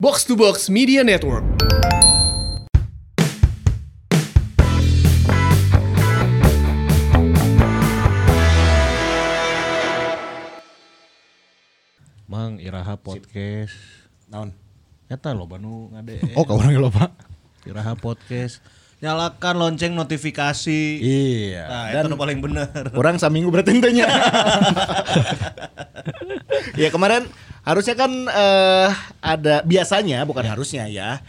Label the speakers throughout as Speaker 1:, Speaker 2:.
Speaker 1: Box to Box Media Network.
Speaker 2: Mang Iraha Podcast.
Speaker 3: Naon?
Speaker 2: Eta lo banu ngade.
Speaker 3: Oh, ka urang loba.
Speaker 2: Iraha Podcast. Nyalakan lonceng notifikasi.
Speaker 3: Iya.
Speaker 2: Nah,
Speaker 3: Dan
Speaker 2: itu paling bener.
Speaker 3: orang saminggu berarti tanya. ya kemarin harusnya kan eh, ada biasanya bukan harusnya ya.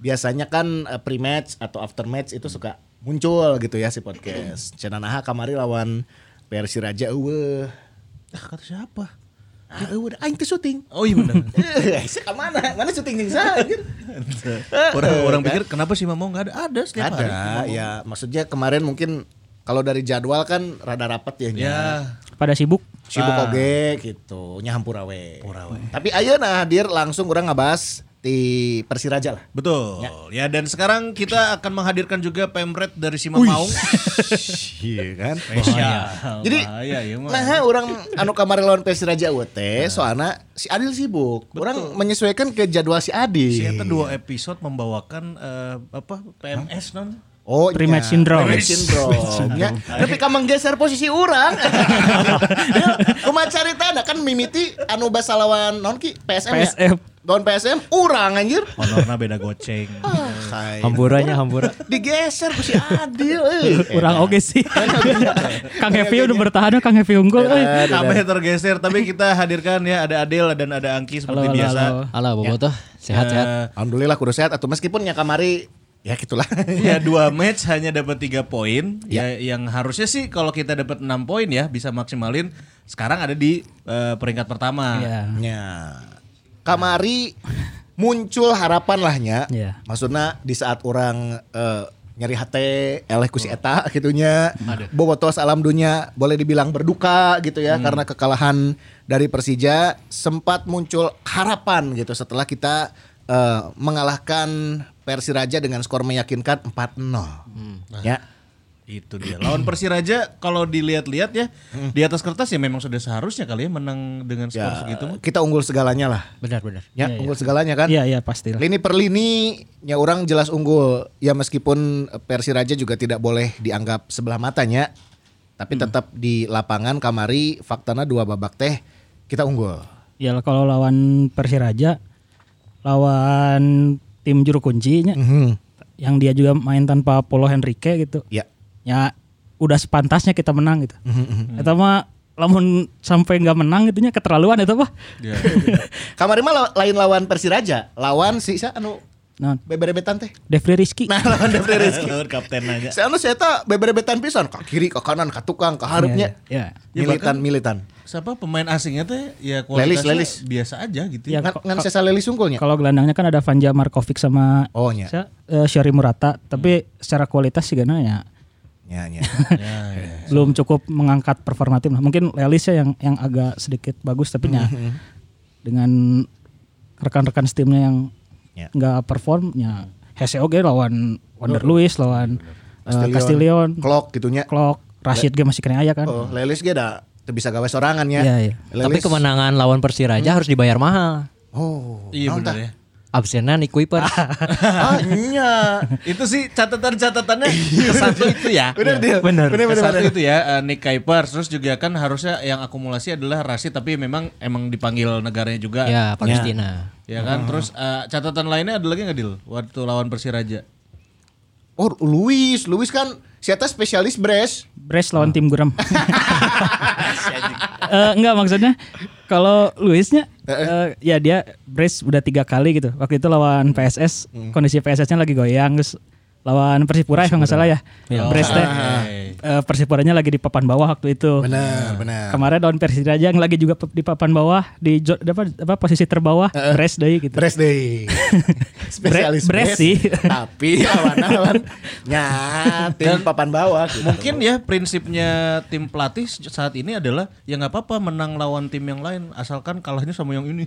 Speaker 3: Biasanya kan pre match atau after match itu suka muncul gitu ya si podcast. Cenanaha kamari lawan PR Siraja eueuh.
Speaker 2: Ah, kata siapa?
Speaker 3: Ah, eueuh dah, aing teh syuting.
Speaker 2: Oh iya bener.
Speaker 3: Eh, sih ka mana? Mana syuting jeung saya?
Speaker 2: orang orang pikir kenapa sih Mamong nggak ada? Ada iya. setiap hari.
Speaker 3: Ada ya, maksudnya kemarin mungkin kalau dari jadwal kan rada rapat ya. Nya.
Speaker 2: Ya.
Speaker 4: pada sibuk
Speaker 3: sibuk
Speaker 2: Ah.
Speaker 3: oge gitu nyahampura we tapi ayo nah hadir langsung orang ngebahas di Persiraja lah
Speaker 2: Betul. Ya. dan sekarang kita akan menghadirkan juga pemret dari si Mamaung.
Speaker 3: iya kan
Speaker 2: Spesial.
Speaker 3: jadi
Speaker 2: bahaya ya
Speaker 4: iya
Speaker 2: Mang.
Speaker 3: nah orang anu kamari lawan Persiraja we teh soalna si Adil sibuk orang menyesuaikan ke jadwal si
Speaker 2: Si
Speaker 3: Adil
Speaker 2: Eta dua episode membawakan eh, apa PMS non?
Speaker 3: Oh, iya.
Speaker 4: Pre-match syndrome.
Speaker 3: Pre-match syndrome. ya. Tapi kamu menggeser posisi orang. ya, rumah carita ada kan mimiti anu basa lawan non ki PSM. ya?
Speaker 4: PSM.
Speaker 3: Lawan PSM urang anjir.
Speaker 2: Honorna beda goceng.
Speaker 3: Ah, hai.
Speaker 4: hamburanya hambura
Speaker 3: digeser ku si Adil eh. euy.
Speaker 4: Iya. kurang oke sih Kang Heavy udah bertahan Kang Heavy unggul
Speaker 2: Iya,
Speaker 4: eh.
Speaker 2: Sampai tergeser, tapi kita hadirkan ya ada Adel dan ada Angki seperti
Speaker 4: Halo, halo,
Speaker 2: biasa.
Speaker 4: halo. Ya.
Speaker 5: Ala bobotoh, sehat-sehat.
Speaker 2: Eh,
Speaker 3: Alhamdulillah kudu sehat atau meskipun ya kamari ya gitulah.
Speaker 2: ya dua match hanya dapat tiga poin ya. yang harusnya sih kalau kita dapat enam poin ya bisa maksimalin sekarang ada di eh, peringkat pertama
Speaker 4: Iya.
Speaker 3: ya. Kamari muncul harapan lahnya.
Speaker 4: Iya.
Speaker 3: Maksudnya di saat orang eh, nyari hate eleh ku si eta gitu, gitunya. Bobotos alam dunia boleh dibilang berduka gitu
Speaker 4: Hmm.
Speaker 3: ya karena kekalahan dari Persija sempat muncul harapan gitu setelah kita eh, mengalahkan Persiraja dengan skor meyakinkan 4-0.
Speaker 4: Hmm.
Speaker 3: Ya.
Speaker 2: itu dia lawan Persiraja kalau dilihat-lihat ya di atas kertas ya memang sudah seharusnya kali ya menang dengan skor
Speaker 3: Ya,
Speaker 2: segitu
Speaker 3: kita unggul segalanya lah.
Speaker 5: Benar, benar.
Speaker 3: Ya, unggul segalanya kan?
Speaker 4: iya iya pasti lah
Speaker 3: Lini per lini ya orang jelas unggul. Ya meskipun Persiraja juga tidak boleh dianggap sebelah matanya. Tapi
Speaker 4: Hmm.
Speaker 3: tetap di lapangan kamari faktanya dua babak teh kita unggul.
Speaker 4: ya kalau lawan Persiraja lawan tim juru kuncinya
Speaker 3: Mhm.
Speaker 4: yang dia juga main tanpa Polo Henrique gitu
Speaker 3: Ya.
Speaker 4: ya udah sepantasnya kita menang gitu Eta mah lamun sampai nggak menang gitunya keterlaluan itu mah
Speaker 2: Ya.
Speaker 3: Kamari mah la- lain lawan Persiraja, lawan si sa anu
Speaker 4: nah
Speaker 3: beberebetan teh.
Speaker 4: Devri Rizky
Speaker 3: Nah, lawan Devri Rizky.
Speaker 2: Lawan kapten aja
Speaker 3: Si anu si eta beberebetan pisan, ka kiri, ka kanan, ka tukang, ka hareup-nya.
Speaker 4: ya,
Speaker 2: Ya, bahkan-
Speaker 3: Militan-militan.
Speaker 2: siapa pemain asingnya teh ya kualitasnya
Speaker 3: Lelis.
Speaker 2: biasa aja gitu
Speaker 4: Ya,
Speaker 3: Ngan
Speaker 4: ko-
Speaker 3: ngan sesa lelis unggulnya.
Speaker 4: Kalau gelandangnya kan ada Vanja Markovic sama
Speaker 3: Ya. Oh, Hmm. nya.
Speaker 4: Sa- eh, Syari Murata, tapi secara kualitas sih gana ya
Speaker 3: Ya,
Speaker 2: Ya,
Speaker 3: ya.
Speaker 2: ya.
Speaker 4: belum cukup mengangkat performa tim. Mungkin Lelis ya yang yang agak sedikit bagus tapi ya
Speaker 3: Hmm.
Speaker 4: dengan rekan-rekan timnya yang
Speaker 3: Ya.
Speaker 4: nggak perform ya Hese oge lawan Wander
Speaker 3: Oh.
Speaker 4: Luis lawan eh, Castillion,
Speaker 3: Klok gitunya.
Speaker 4: Klok, Rashid ge masih kena aya kan.
Speaker 3: Oh, Lelis ge da teu bisa gawe sorangan ya.
Speaker 4: Iya, Hmm. iya.
Speaker 3: Lelis.
Speaker 5: Tapi kemenangan lawan Persiraja harus dibayar mahal.
Speaker 3: Oh,
Speaker 2: iya
Speaker 3: naon
Speaker 2: bener
Speaker 3: tah?
Speaker 2: ya
Speaker 5: Absenan di Kuiper.
Speaker 3: Ah, iya.
Speaker 2: itu sih catatan-catatannya ke satu itu ya Ya.
Speaker 3: Bener dia.
Speaker 4: Bener.
Speaker 3: bener, bener,
Speaker 2: Satu
Speaker 3: bener.
Speaker 2: itu ya eh, Nick Kuipers terus juga kan harusnya yang akumulasi adalah Rashid tapi memang emang dipanggil negaranya juga.
Speaker 4: Iya.
Speaker 2: Ya,
Speaker 5: ya, Palestina.
Speaker 2: kan? Terus eh, catatan lainnya ada lagi nggak Dil? Waktu lawan Persiraja.
Speaker 3: Oh, Luis, Luis kan si eta spesialis brace.
Speaker 4: Bres lawan tim Guram. Eh, enggak maksudnya kalau Luisnya eh, ya dia Bres udah tiga kali gitu. Waktu itu lawan PSS kondisi PSS-nya lagi goyang terus lawan Hmm. Persipura ya kalau nggak salah ya. Bres teh eh, Persipuranya lagi di papan bawah waktu itu.
Speaker 3: Benar, benar.
Speaker 4: Kemarin lawan Persiraja yang lagi juga pe- di papan bawah di jo- apa, apa, posisi terbawah Bres deh gitu.
Speaker 3: Brace deh. spesialis
Speaker 4: Brace sih.
Speaker 3: Tapi lawan-lawan nya tim papan bawah gitu.
Speaker 2: Mungkin ya prinsipnya tim pelatih saat ini adalah ya nggak apa-apa menang lawan tim yang lain asalkan kalahnya sama yang ini.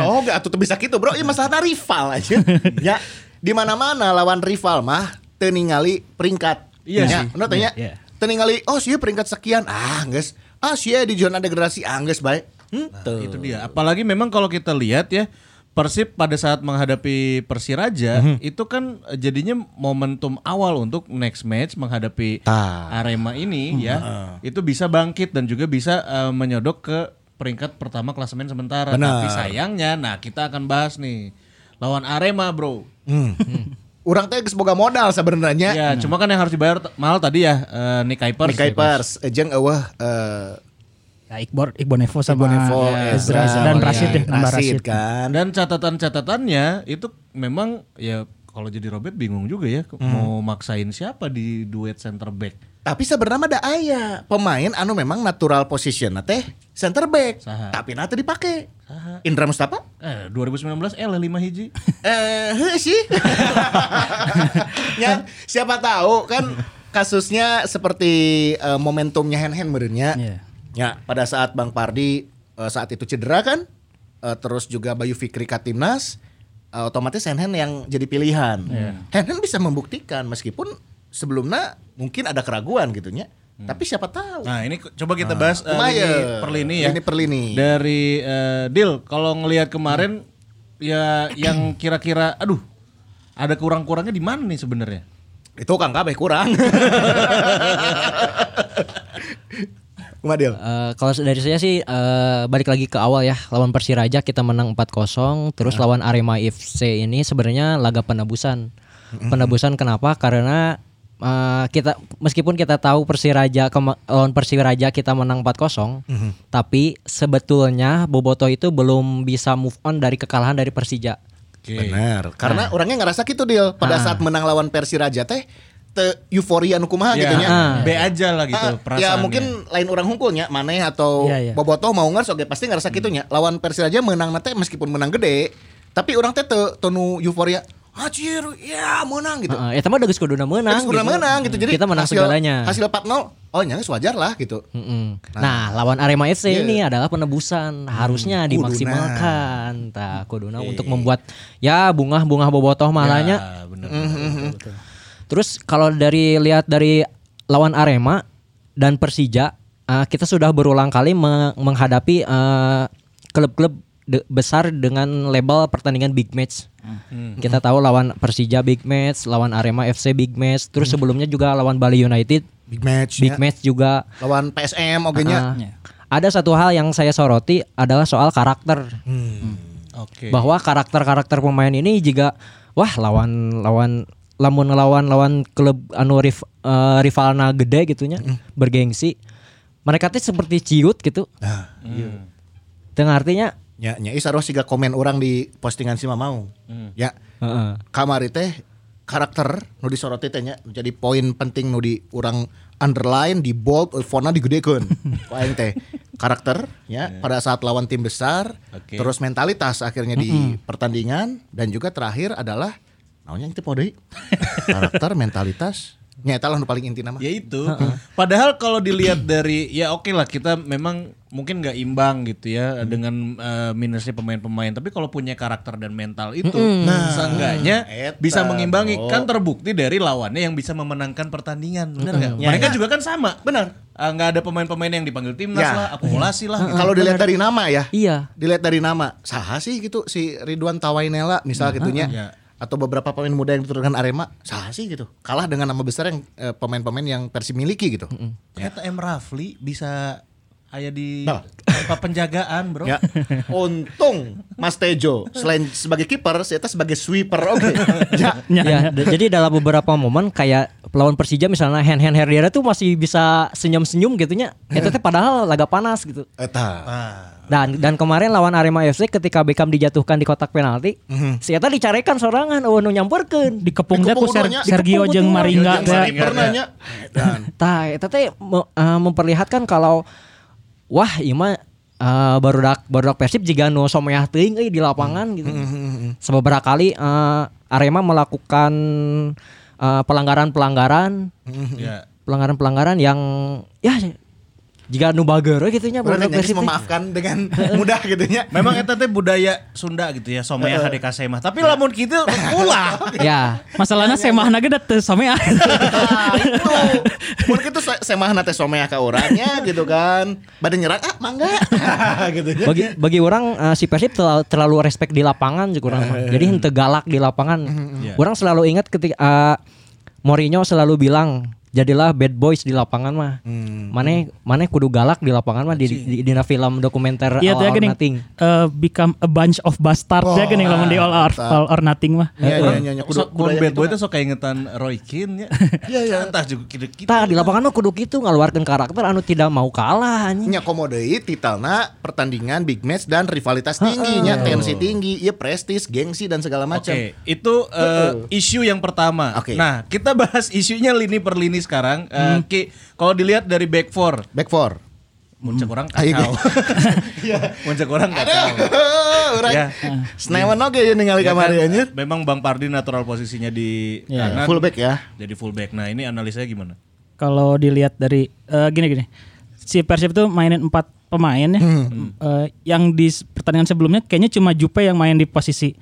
Speaker 3: Oh, enggak atuh teu bisa kitu, Bro. Ieu masalahna rival aja. ya, di mana-mana lawan rival mah teu ningali peringkat.
Speaker 2: Iya
Speaker 3: Nya,
Speaker 2: sih.
Speaker 3: bener teu nya?
Speaker 4: Iya, iya.
Speaker 3: Teu ningali, oh sih peringkat sekian. Ah, geus. Ah, sih di zona degradasi ah geus bae. Henteu.
Speaker 2: Itu dia. Apalagi memang kalau kita lihat ya Persib pada saat menghadapi Persiraja itu kan jadinya momentum awal untuk next match menghadapi
Speaker 3: Tah.
Speaker 2: Arema ini ya itu bisa bangkit dan juga bisa eh, menyodok ke peringkat pertama klasemen sementara.
Speaker 3: Benar.
Speaker 2: Tapi sayangnya nah kita akan bahas nih lawan Arema, Bro.
Speaker 3: Hmm. Orang teh geus boga modal sebenarnya.
Speaker 2: Ya, cuma kan yang harus dibayar t- mahal tadi ya eh, Nick Kuipers.
Speaker 3: Nikai Pers, jeung eueuh eh,
Speaker 4: Ya, Iqbal, Iqbal Nevo sama
Speaker 3: Bonevo, Ezra,
Speaker 4: Ah, iya, dan Rashid ya, nambah Rashid.
Speaker 3: Rashid kan.
Speaker 2: Dan catatan-catatannya itu memang ya kalau jadi Robert bingung juga ya
Speaker 3: Hmm.
Speaker 2: mau maksain siapa di duet center back.
Speaker 3: Tapi sebenarnya ada ayah pemain anu memang natural position na teh center back.
Speaker 2: Saha.
Speaker 3: Tapi nanti dipake.
Speaker 2: Saha.
Speaker 3: Indra Mustafa?
Speaker 2: Eh, 2019 eh 5 hiji.
Speaker 3: Eh, heuh sih. ya, siapa tahu kan kasusnya seperti eh, momentumnya hand-hand merenya.
Speaker 4: Iya.
Speaker 3: Ya, pada saat Bang Pardi eh, saat itu cedera kan, eh, terus juga Bayu Fikri Katimnas, eh, otomatis hand-hand yang jadi pilihan. Hand-hand bisa membuktikan meskipun sebelumnya mungkin ada keraguan gitunya, tapi siapa tahu.
Speaker 2: Nah, ini ko- coba kita bahas eh,
Speaker 3: Ah. Lumayan.
Speaker 2: lini per lini ya.
Speaker 3: Lini per lini.
Speaker 2: Dari eh, Dil kalau ngelihat kemarin ya yang kira-kira aduh ada kurang-kurangnya di mana nih sebenarnya?
Speaker 3: Itu Kang Kabeh kurang. Kumadil.
Speaker 5: Eh, kalau dari saya sih eh, balik lagi ke awal ya lawan Persiraja kita menang 4-0 terus
Speaker 3: Iya.
Speaker 5: lawan Arema FC ini sebenarnya laga penebusan penebusan kenapa karena eh, kita meskipun kita tahu Persiraja kema- lawan Persiraja kita menang 4-0 tapi sebetulnya Boboto itu belum bisa move on dari kekalahan dari Persija
Speaker 2: Oke.
Speaker 3: Benar. Karena orangnya ngerasa gitu deal pada saat menang lawan Persiraja teh te euforia nu kumaha
Speaker 2: Ya,
Speaker 3: gitu nya.
Speaker 2: B aja lah gitu
Speaker 3: Ah,
Speaker 2: perasaan.
Speaker 3: ya mungkin lain orang hungkulnya Mane atau
Speaker 4: Iya, iya.
Speaker 3: Boboto mau ngerasa oke pasti ngerasa kitunya. Lawan Persiraja menang na teh meskipun menang gede, tapi orang teh te, te nu euforia. Hacir, ya menang gitu.
Speaker 5: Heeh, ya teman udah geus kuduna menang
Speaker 3: Terus udah menang gitu. Jadi
Speaker 5: kita menang
Speaker 3: hasil-
Speaker 5: segalanya
Speaker 3: Hasil 4-0, oh nyangis wajar lah gitu.
Speaker 5: Mm-mm. Nah, lawan Arema FC ini adalah penebusan, harusnya
Speaker 3: Kuduna.
Speaker 5: dimaksimalkan. Tah, kuduna untuk membuat ya bunga-bunga bobotoh malahnya.
Speaker 2: Ya, bener.
Speaker 3: Mm-hmm.
Speaker 5: Terus kalau dari lihat dari lawan Arema dan Persija, eh, kita sudah berulang kali me- menghadapi eh, klub-klub de- besar dengan label pertandingan big match. Kita tahu lawan Persija big match, lawan Arema FC big match, terus sebelumnya juga lawan Bali United
Speaker 3: Big match.
Speaker 5: big match juga.
Speaker 3: Lawan PSM oge nya.
Speaker 5: Ah, Ada satu hal yang saya soroti adalah soal karakter.
Speaker 2: Oke.
Speaker 5: Bahwa karakter-karakter pemain ini jika wah lawan lawan lamun lawan lawan klub anu rif, eh, rivalna gede gitunya bergengsi. Mereka tuh seperti ciut gitu.
Speaker 3: Nah,
Speaker 5: Tengah artinya
Speaker 3: nya nya is harus siga komen orang di postingan si Mamau.
Speaker 2: Hmm.
Speaker 3: Ya.
Speaker 5: heeh.
Speaker 3: kamari teh karakter nu disoroti teh nya jadi poin penting nu di urang underline di bold fontnya digedekeun poin teh karakter ya pada saat lawan tim besar
Speaker 2: Oke.
Speaker 3: terus mentalitas akhirnya di pertandingan dan juga terakhir adalah naonnya itu pode karakter mentalitas nyata lah nu paling inti nama
Speaker 2: Ya itu. Padahal kalau dilihat dari ya oke lah kita memang mungkin nggak imbang gitu
Speaker 3: Hmm.
Speaker 2: ya dengan eh, minusnya pemain-pemain. Tapi kalau punya karakter dan mental itu, seenggaknya
Speaker 3: Hmm. Nah. Eta,
Speaker 2: bisa mengimbangi.
Speaker 3: Bro.
Speaker 2: Kan terbukti dari lawannya yang bisa memenangkan pertandingan, benar nggak?
Speaker 3: Ya,
Speaker 2: Mereka juga kan sama, benar. Nggak ada pemain-pemain yang dipanggil timnas
Speaker 3: Ya.
Speaker 2: lah, akumulasi lah. gitu.
Speaker 3: kalau dilihat dari nama ya
Speaker 5: iya.
Speaker 3: dilihat dari nama saha sih gitu si Ridwan Tawainela misal gitunya
Speaker 2: Iya.
Speaker 3: atau beberapa pemain muda yang diturunkan Arema saha sih gitu kalah dengan nama besar yang eh, pemain-pemain yang Persib miliki gitu
Speaker 2: Ternyata M Rafli bisa aya di
Speaker 3: Nah.
Speaker 2: tanpa penjagaan, bro.
Speaker 3: ya untung Mas Tejo selain sebagai kiper saya sebagai sweeper oke ya.
Speaker 5: Ya, d- jadi dalam beberapa momen kayak lawan Persija misalnya hand hand Herrera tuh masih bisa senyum-senyum gitunya. Itu teh padahal laga panas gitu.
Speaker 3: Eta.
Speaker 5: Dan dan kemarin lawan Arema FC ketika Beckham dijatuhkan di kotak penalti, si Eta dicarekan sorangan oh nu nyamperkeun.
Speaker 4: Eh, Dikepung dia ku
Speaker 3: Dikepung
Speaker 4: Ser-
Speaker 3: urangnya.
Speaker 4: Sergio
Speaker 5: Dikepung
Speaker 4: jeung
Speaker 5: urang.
Speaker 4: Maringga
Speaker 3: Yang
Speaker 4: teh.
Speaker 3: sering pernah nya dan
Speaker 5: Tah Eta teh me- eh, memperlihatkan kalau wah ieu mah eh, barudak barudak Persib jiga nu someah teuing euy di lapangan gitu. Sebeberapa kali eh, Arema melakukan eh, pelanggaran-pelanggaran
Speaker 2: Ya.
Speaker 5: pelanggaran-pelanggaran yang ya jika nu bageur gitu nya
Speaker 3: Orang
Speaker 5: budak
Speaker 3: kan
Speaker 5: beres
Speaker 3: jadi
Speaker 5: teh.
Speaker 3: memaafkan dengan mudah gitu nya.
Speaker 2: Memang eta teh budaya Sunda gitu ya, somaya HDK mah. Tapi
Speaker 3: Ya.
Speaker 2: lamun kitu ulah.
Speaker 5: ya
Speaker 4: Masalahnya semahna ge da teu somea.
Speaker 3: Nah, itu. Mungkin itu semah nate somea ke orangnya gitu kan. Badan nyerang ah mangga gitu
Speaker 2: Iya.
Speaker 3: nya.
Speaker 5: bagi bagi orang eh, si Persib terlalu, terlalu respect di lapangan juga orang mah. jadi henteu galak di lapangan
Speaker 2: Iya.
Speaker 5: orang selalu ingat ketika eh, Mourinho selalu bilang jadilah bad boys di lapangan mah
Speaker 3: Hmm.
Speaker 5: mana mana kudu galak di lapangan mah di di, dina film dokumenter
Speaker 4: Iya
Speaker 5: All
Speaker 4: teh
Speaker 5: or
Speaker 4: geuning.
Speaker 5: Nothing.
Speaker 4: eh, become a bunch of ya, bastard teh geuning lamun di all or, all or nothing mah.
Speaker 3: Iya iya iya, iya.
Speaker 2: So,
Speaker 3: Kudu-
Speaker 2: Bon
Speaker 3: budaya
Speaker 2: Bad
Speaker 3: gitu
Speaker 2: Boy
Speaker 3: kan.
Speaker 2: itu sok keingetan Roy Keane ya. Iya iya. Entah juga kitu kita.
Speaker 5: Tah di lapangan mah kudu gitu ngaluarkeun karakter anu tidak mau kalah anjing.
Speaker 3: nya komodei titalna pertandingan big match dan rivalitas tinggi nya tensi tinggi ya prestis gengsi dan segala
Speaker 2: Oke,
Speaker 3: macam
Speaker 2: itu eh, isu yang pertama.
Speaker 3: Oke. Hmm.
Speaker 2: Nah, kita bahas isunya lini per lini sekarang. Eh, Ki, kalau dilihat dari back four,
Speaker 3: back four
Speaker 2: muncak orang
Speaker 3: Hmm. Ayo, Iya.
Speaker 2: kacau. muncak orang kacau.
Speaker 3: orang
Speaker 2: Ya.
Speaker 3: senewan oke ya ningali
Speaker 2: Ya
Speaker 3: kamari
Speaker 2: kan,
Speaker 3: anjir
Speaker 2: Memang Bang Pardi natural posisinya di kanan.
Speaker 3: fullback ya
Speaker 2: Jadi fullback. Nah, ini analisanya gimana?
Speaker 4: Kalau dilihat dari eh, gini gini. Si Persib tuh mainin empat pemain ya. Eh, yang di s- pertandingan sebelumnya kayaknya cuma Jupe yang main di posisi